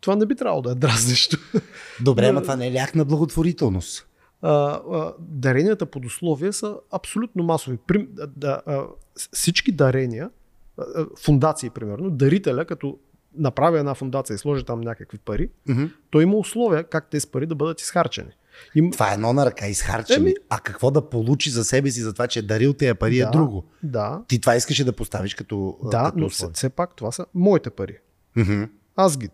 Това не би трябвало да е дразнещо.
Добре,
Да.
ама това не е ляк на благотворителност.
А, а, даренията под условие са абсолютно масови. Прим, да, да, а, с- всички дарения, а, а, фундации примерно, дарителя като направи една фундация и сложи там някакви пари,
Мгм.
той има условия как тези пари да бъдат изхарчени. Им,
Това е едно на ръка изхарчено.
Еми.
А какво да получи за себе си за това, че е дарил тези пари
Да.
е друго.
да,
Ти това искаше да поставиш като а,
да,
като
но все,
условие.
все пак това са моите пари.
Мгм.
Аз ги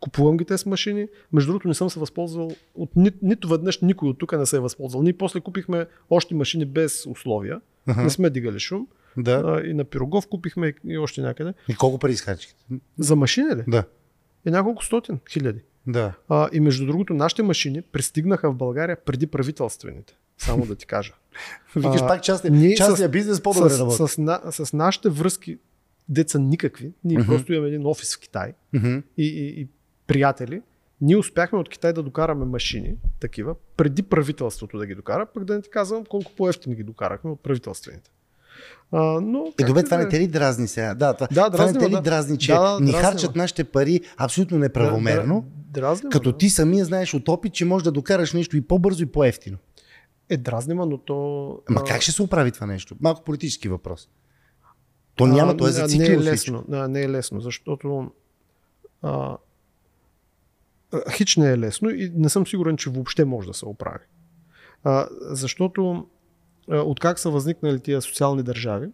купувам ги тези машини. Между другото не съм се възползвал от ни, нито веднъж никой от тук не се е възползвал. Ние после купихме още машини без условия.
Аха.
Не сме дигали шум.
Да.
А, и на Пирогов купихме и, и още някъде.
И колко пари изхарчихте?
За машини ли?
Да.
Е няколко стотин хиляди.
Да.
А, и между другото, нашите машини пристигнаха в България преди правителствените. Само да ти кажа.
Викаш
А,
пак частния,
ние
частния бизнес по-добре
с,
работи.
с, с, на, с нашите връзки, деца никакви, ние просто имаме един офис в Китай
Мгм.
и, и, и приятели, ние успяхме от Китай да докараме машини, такива, преди правителството да ги докара, пък да не ти казвам колко по-ефтини ги докарахме от правителствените. А, но,
Е,
както
добре,
и
това
да
не
е.
те ли дразни сега? Да, това,
Да,
това
дразнило,
не те ли
да.
дразни, че
Да, да,
ни
дразнило.
харчат нашите пари абсолютно неправомерно,
Да, дразнимо,
като
да.
ти самия знаеш от опит, че можеш да докараш нещо и по-бързо и по-ефтино.
Е, дразнима, но то...
Ма
а,
как ще се оправи това нещо? Малко политически въпрос. То няма, то е
а, Не
зациклено
е
всичко.
лесно, а, не е лесно, защото а, а, хич не е лесно и не съм сигурен, че въобще може да се оправи. А, защото а, от как са възникнали тия социални държави,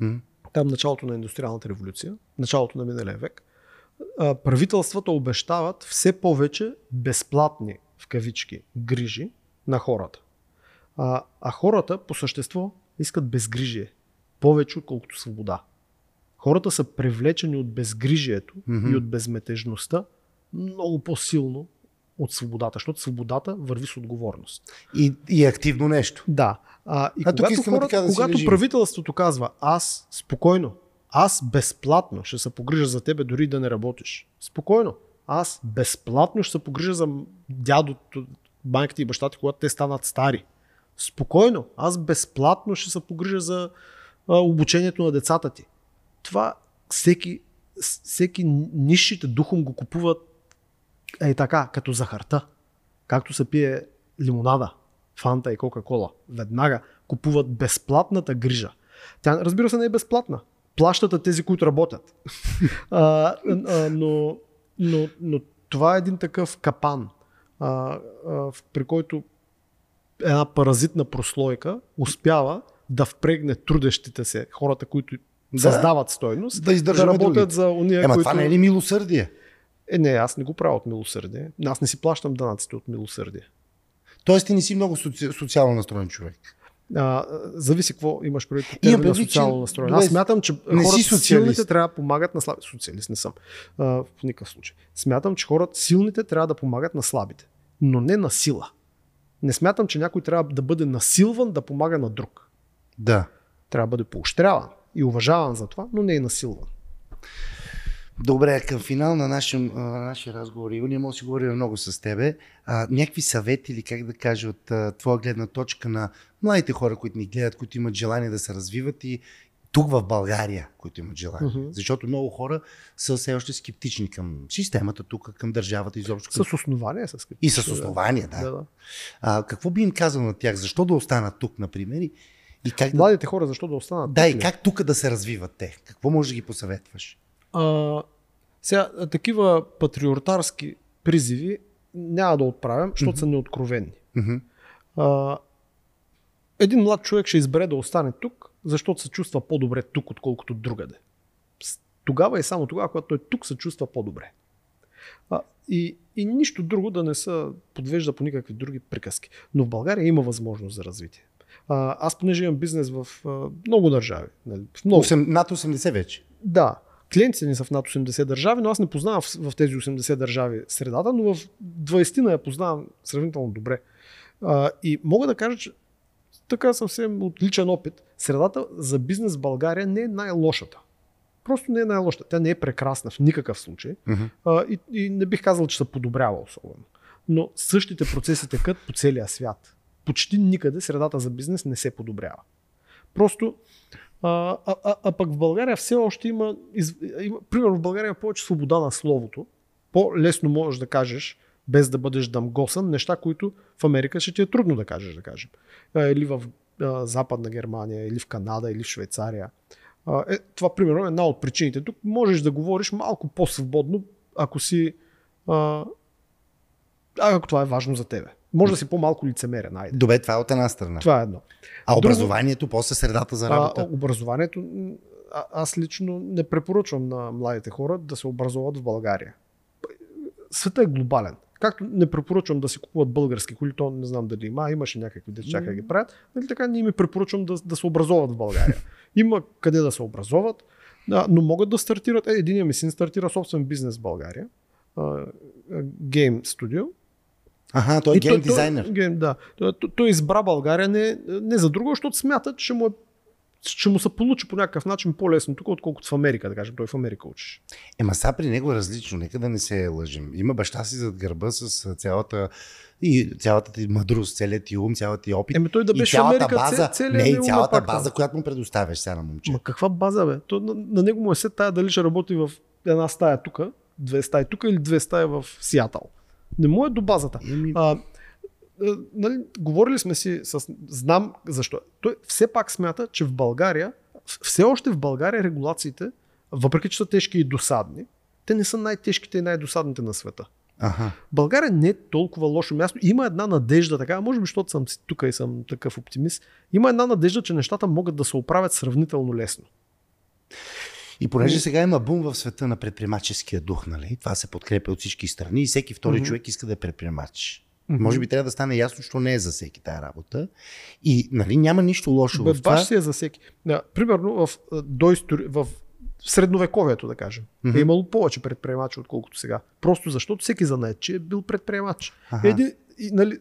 Мгм.
там началото на индустриалната революция, началото на миналия век, а, правителствата обещават все повече безплатни, в кавички, грижи на хората. А, а хората по същество искат безгрижие. Повече, отколкото свобода. Хората са привлечени от безгрижието
Мгм.
и от безметежността много по-силно от свободата, защото свободата върви с отговорност.
И, и е активно нещо.
Да. А, и
А тук
когато,
искаме
хората,
така да си
когато
лежим.
правителството казва, аз спокойно, аз безплатно ще се погрижа за тебе, дори и да не работиш. Спокойно. Аз безплатно ще се погрижа за дядото, банките и бащата, когато те станат стари. Спокойно. Аз безплатно ще се погрижа за а, обучението на децата ти. Това всеки, с- всеки нишите духом го купуват е така, като захарта. Както се пие лимонада, фанта и кока-кола. Веднага купуват безплатната грижа. Тя, разбира се, не е безплатна. Плащат тези, които работят. а, а, но, но, но това е един такъв капан, а, а, в- при който една паразитна прослойка успява да впрегне трудещите се, хората, които
Да.
създават стойност,
Да издържаме
работят
другите.
за уния,
Ема
които...
това не е ли милосърдие?
Е, не, аз не го правя от милосърдие. Аз не си плащам данъците от милосърдие.
Тоест ти не си много соци... социално настроен човек.
А, зависи какво имаш предвид под
Имам
термина
предвид, че-
социално настроен.
добре,
Аз смятам, че
не си
хората силните
социалист.
трябва да помагат на слабите. Социалист не съм. А, в никакъв случай. Смятам, че хората силните трябва да помагат на слабите. Но не на сила. Не смятам, че някой трябва да бъде насилван да помага на друг.
Да.
Трябва да бъде поощряван и уважаван за това, но не и насилван.
Добре, към финал на нашия, на нашия разговор, Иво, ние може да си говорим много с тебе. А, някакви съвети или как да кажа от а, твоя гледна точка на младите хора, които ни гледат, които имат желание да се развиват и тук в България, които имат желание.
Мгм.
Защото много хора са все още скептични към системата тук, към държавата изобщо. Към...
С основание с
И с основания, да.
Да, да.
А, какво би им казал на тях? Защо да останат тук, например? И, и как да
Младите хора защо да останат?
Да,
тук
и
ли?
как тук да се развиват те? Какво може да ги посъветваш?
А, сега, а, такива патриотарски призиви няма да отправям, защото са неоткровенни.
Мгм.
А, един млад човек ще избере да остане тук, защото се чувства по-добре тук, отколкото другаде. С- Тогава и само тогава, когато той тук се чувства по-добре. А, и, и нищо друго да не се подвежда по никакви други приказки. Но в България има възможност за развитие. А, аз понеже имам бизнес в а, много държави. нали, В много.
Осем- над 80 вече.
Да, клиентите ни са в над 80 държави, но аз не познавам в, в тези 80 държави средата, но в 20-на я познавам сравнително добре. А, и мога да кажа, че така съвсем от личен опит, средата за бизнес в България не е най-лошата. Просто не е най-лошата. Тя не е прекрасна в никакъв случай.
Мгм.
А, и, и не бих казал, че се подобрява особено. Но същите процеси текат по целия свят. Почти никъде средата за бизнес не се подобрява. Просто, а, а, а, а пък в България все още има, из, има, примерно в България има повече свобода на словото, по-лесно можеш да кажеш, без да бъдеш дамгосан, неща, които в Америка ще ти е трудно да кажеш, да кажем. А, Или в а, Западна Германия, или в Канада, или в Швейцария. А, Е, това, примерно, е една от причините. Тук можеш да говориш малко по-свободно, ако си. А, а, ако това е важно за тебе. Може да си по-малко лицемерен, айде.
Добре, това е от една страна.
Това е едно.
А
друго-
образованието, после средата за
А,
работа.
образованието, м, а, аз лично не препоръчвам на младите хора да се образоват в България. Светът е глобален. Както не препоръчвам да си купуват български коли, то не знам дали има, а имаше някакви дечака да ги правят, нали така не им препоръчвам да, да се образоват в България. Има къде да се образоват, да, но могат да стартират. Е, единия ми син стартира собствен бизнес в България. а, а, Game Studio.
Аха, той е
И
гейм дизайнер.
Той, гейм, да. Той, той- той избра България не, не за друго, защото смята, че му, е, че му се получи по някакъв начин по-лесно тук, отколкото в Америка, да кажем. Той в Америка учиш.
Ема сега при него е различно, нека да не се лъжим. Има баща си зад гърба с цялата и цялата ти мъдрост, целият ти ум, цялата ти опит.
Еми той да
и
беше в
цялата
Америка
база,
цел,
не, и
неговия
цялата
пак там.
база, която му предоставяш сега на момче.
Ма каква база, бе? То, на, на него му е се тая дали ще работи в една стая тук, две стаи тук или две стаи в Сиатъл. Не му е до базата.
Еми,
А, е, нали, говорили сме си с... Знам защо. Той все пак смята, че в България, в- все още в България регулациите, въпреки че са тежки и досадни, те не са най-тежките и най-досадните на света.
Аха.
България не е толкова лошо място. Има една надежда, така, може би, защото съм си тук и съм такъв оптимист. Има една надежда, че нещата могат да се оправят сравнително лесно.
И понеже сега има бум в света на предприемаческия дух, нали? Това се подкрепя от всички страни и всеки втори
Мгм.
човек иска да е предприемач.
Мгм.
Може би трябва да стане ясно, що не е за всеки тая работа. И нали, няма нищо лошо
Бе,
в това.
баш си е за всеки. Да, примерно в, а, доистори... в средновековието, да кажем,
Мгм.
е имало повече предприемачи, отколкото сега. Просто защото всеки занает, че е бил предприемач.
Аха.
Един, и, нали,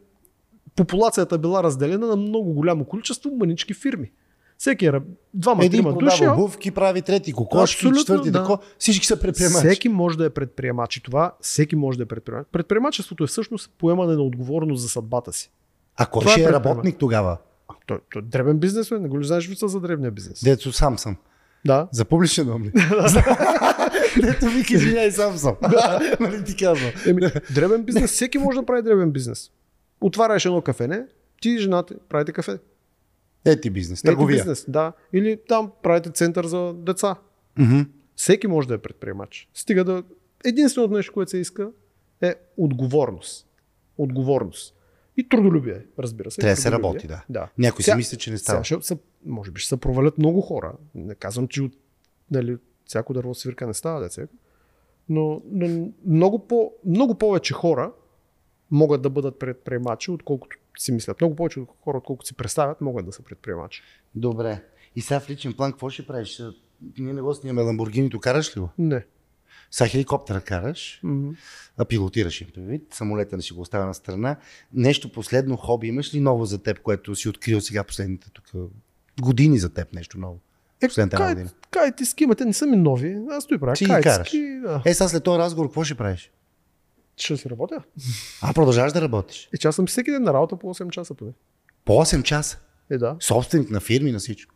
популацията е била разделена на много голямо количество мънички фирми. Всеки е раб- двама,
Един
трима души.
продава
а
обувки, прави трети кокошки,
Абсолютно,
четвърти
да.
тако. Всички са предприемачи.
Всеки може да е предприемач и това всеки може да е предприемач. Предприемачеството е всъщност поемане на отговорност за съдбата си.
А кой
Това е
ще е
предприемач.
работник тогава?
А, Той, той е дребен бизнес, бе, не го ли знаеш ли са за дребния бизнес?
Дето сам съм.
Да.
За публичен дом ли? Дето ми извиняй, сам съм. Нали ти казвам.
Еми, дребен бизнес, всеки може да прави дребен бизнес. Отваряш едно кафене, ти и жената ти правите кафе.
Е ти бизнес,
Ето
търговия.
бизнес, да. Или там правите център за деца.
Мгм.
Всеки може да е предприемач. Стига да... Единственото нещо, което се иска е отговорност. Отговорност. И трудолюбие, разбира се.
Трябва да се
Трудолюбие.
работи, да.
да.
Някой си
Сега-
мисли, че не
Сега
става.
ще са, може би ще се провалят много хора. Не казвам, че от нали, всяко дърво свирка не става деца. Но, но много, по, много повече хора могат да бъдат предприемачи, отколкото си мислят. Много повече хора, отколкото си представят, могат да са предприемачи.
Добре. И сега в личен план какво ще правиш? Ще- Ние не го снимаме Ламборгинито, караш ли го?
Не.
Сега хеликоптера караш,
М.
а пилотираш им предвид, самолета не ще го оставя на страна. Нещо последно хоби имаш ли ново за теб, което си открил сега последните тук години за теб нещо ново?
Е,
Последната една
кай,
година.
кайти скимате не са ми нови. Аз стои правя.
Ти ги караш.
ски, да.
Е, сега след този разговор какво ще правиш?
Ще си работя.
А продължаваш да работиш.
Е, че аз съм всеки ден на работа по 8 часа поне.
По 8 часа.
Е, да.
Собственик на фирми, на всичко.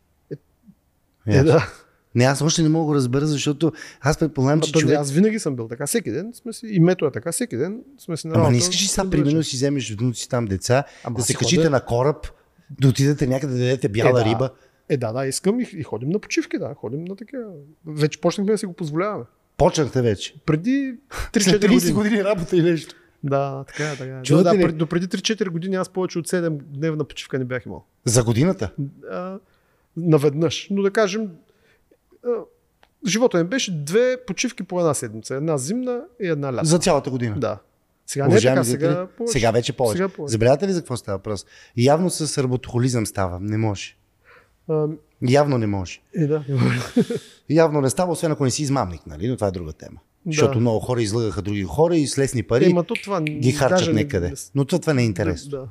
Е, да.
Не, аз още не мога да го разбера, защото аз предполагам,
Ама
че
то не,
човек...
Аз винаги съм бил така. Всеки ден сме си. Името е така. Всеки ден сме си на
Ама
работа
не искаш ли сега,
до
примерно,
вечер.
си вземеш внуци там деца,
Ама
да
аз
се
си
качите
ходя-
на кораб, да отидете някъде да дадете бяла
Е, да.
риба.
Е, да, да, искам и, и ходим на почивки, да. Ходим на такива. Вече почнахме да си го позволяваме.
Почнахте вече.
Преди 3-4
След 30 години.
години.
работа и нещо. да.
Да, така е, така е. Да,
Чувате
да,
ли?
пред- до преди 3-4 години аз повече от 7 дневна почивка не бях имал.
За годината?
А, наведнъж. Но да кажем, а, живота ми беше две почивки по една седмица. Една зимна и една лятна.
За цялата година?
Да. Сега не е така, сега,
зрители,
повече.
сега вече повече.
Сега повече.
Забелявате ли за какво става въпрос? Явно с работохолизъм става. Не може.
А,
Явно не може.
е, да.
Явно не става, освен ако не си измамник, нали? Но това е друга тема.
Да.
Защото много хора излъгаха други хора и с лесни пари
Има то това.
ги харчат
даже не-
некъде.
не-
Но това, това не е интересно.
Да.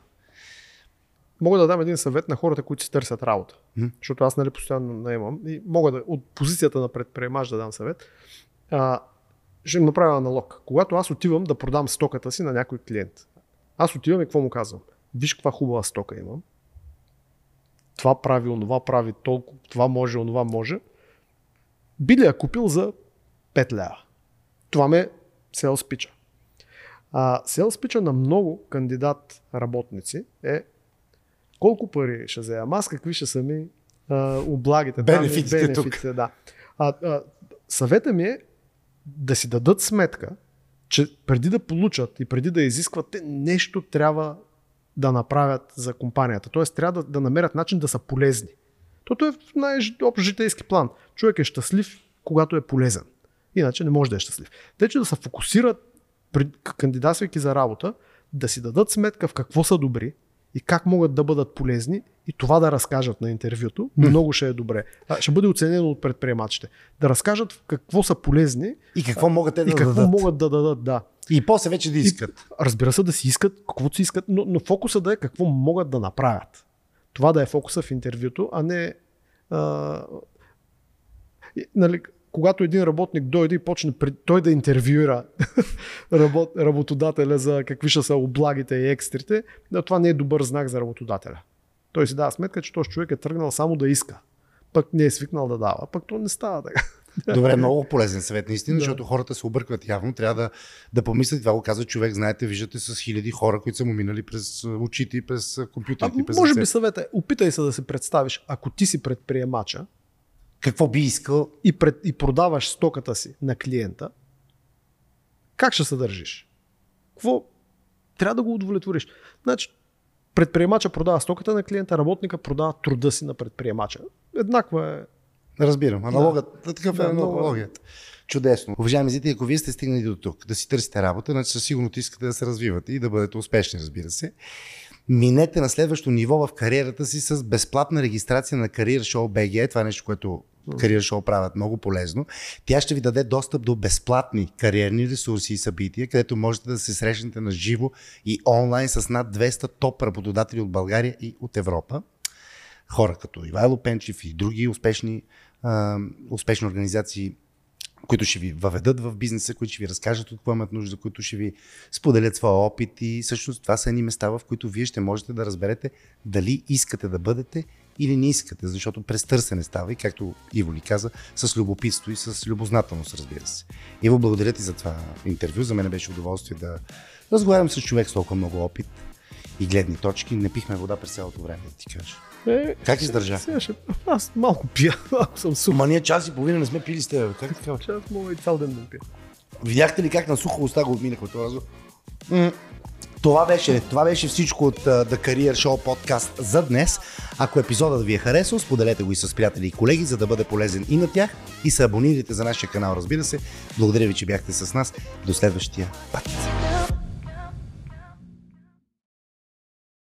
Мога да дам един съвет на хората, които си търсят работа.
М.
Защото аз нали постоянно наемам и мога да, от позицията на предприемач да дам съвет. А, ще им направя аналог. Когато аз отивам да продам стоката си на някой клиент, аз отивам и какво му казвам? Виж каква хубава стока имам. Това прави, онова прави, толкова, това може, онова може. Би ли я купил за 5 лева? Това ме се спича. А, sales pitch на много кандидат работници е колко пари ще взема аз, какви ще са ми а, облагите. там и
Бенефитите тук.
Да. А, а, съвета ми е да си дадат сметка, че преди да получат и преди да изискват, те нещо трябва да направят за компанията. Тоест трябва да, да намерят начин да са полезни. Тото е в най-общ житейски план. Човек е щастлив, когато е полезен. Иначе не може да е щастлив. Те, че да се фокусират, при- к- кандидатствайки за работа, да си дадат сметка в какво са добри и как могат да бъдат полезни и това да разкажат на интервюто, много ще е добре. А, Ще бъде оценено от предприемачите. Да разкажат в какво са полезни
И какво могат те да
и какво
дадат.
могат да дадат, да.
И после вече да искат.
И, разбира се, да си искат, каквото си искат, но, но фокуса да е какво могат да направят. Това да е фокуса в интервюто, а не. А, и, нали, когато един работник дойде и почне пред, той да интервюира работ, работодателя за какви ще са облагите и екстрите, да, това не е добър знак за работодателя. Той си дава сметка, че този човек е тръгнал само да иска. Пък не е свикнал да дава. Пък то не става така.
Добре, много полезен съвет, наистина,
Да.
защото хората се объркват явно. Трябва да, да помислят. Това го каза човек, знаете, виждате с хиляди хора, които са му минали през а, очите и през а,
А,
компютрите. и през
може
ръцете.
би съвет е, опитай се да се представиш, ако ти си предприемача,
Какво би искал?
и, пред, и продаваш стоката си на клиента, как ще се държиш? Какво? Трябва да го удовлетвориш. Значи, предприемача продава стоката на клиента, работника продава труда си на предприемача. Еднакво е.
Разбирам. Аналогът, да. такъв е
Да, много е.
аналогията. Чудесно. Уважаеми зрители, ако вие сте стигнали до тук, да си търсите работа, значи със сигурност искате да се развивате и да бъдете успешни, разбира се. Минете на следващо ниво в кариерата си с безплатна регистрация на Career Show BG. Това е нещо, което Career Show правят много полезно. Тя ще ви даде достъп до безплатни кариерни ресурси и събития, където можете да се срещнете на живо и онлайн с над 200 топ работодатели от България и от Европа хора като Ивайло Пенчев и други успешни, а, успешни организации, които ще ви въведат в бизнеса, които ще ви разкажат от какво имат нужда, които ще ви споделят своя опит и всъщност това са едни места, в които вие ще можете да разберете дали искате да бъдете или не искате, защото през търсене става и както Иво ни каза, с любопитство и с любознателност, разбира се. Иво, благодаря ти за това интервю. За мен беше удоволствие да разговарям с човек с толкова много опит и гледни точки. Не пихме вода през цялото време, да ти кажа.
е
Как издържа?
Сега ще... Аз малко пия, малко съм сух.
Ма ние час и половина не сме пили с теб. бе. Как така? бе?
Че аз мога и цял ден да пия.
Видяхте ли как на сухо уста го отминахме този разговор? М, Това беше, това беше всичко от а, The Career Show подкаст за днес. Ако епизодът ви е харесал, споделете го и с приятели и колеги, за да бъде полезен и на тях. И се абонирайте за нашия канал, разбира се. Благодаря ви, че бяхте с нас. До следващия път.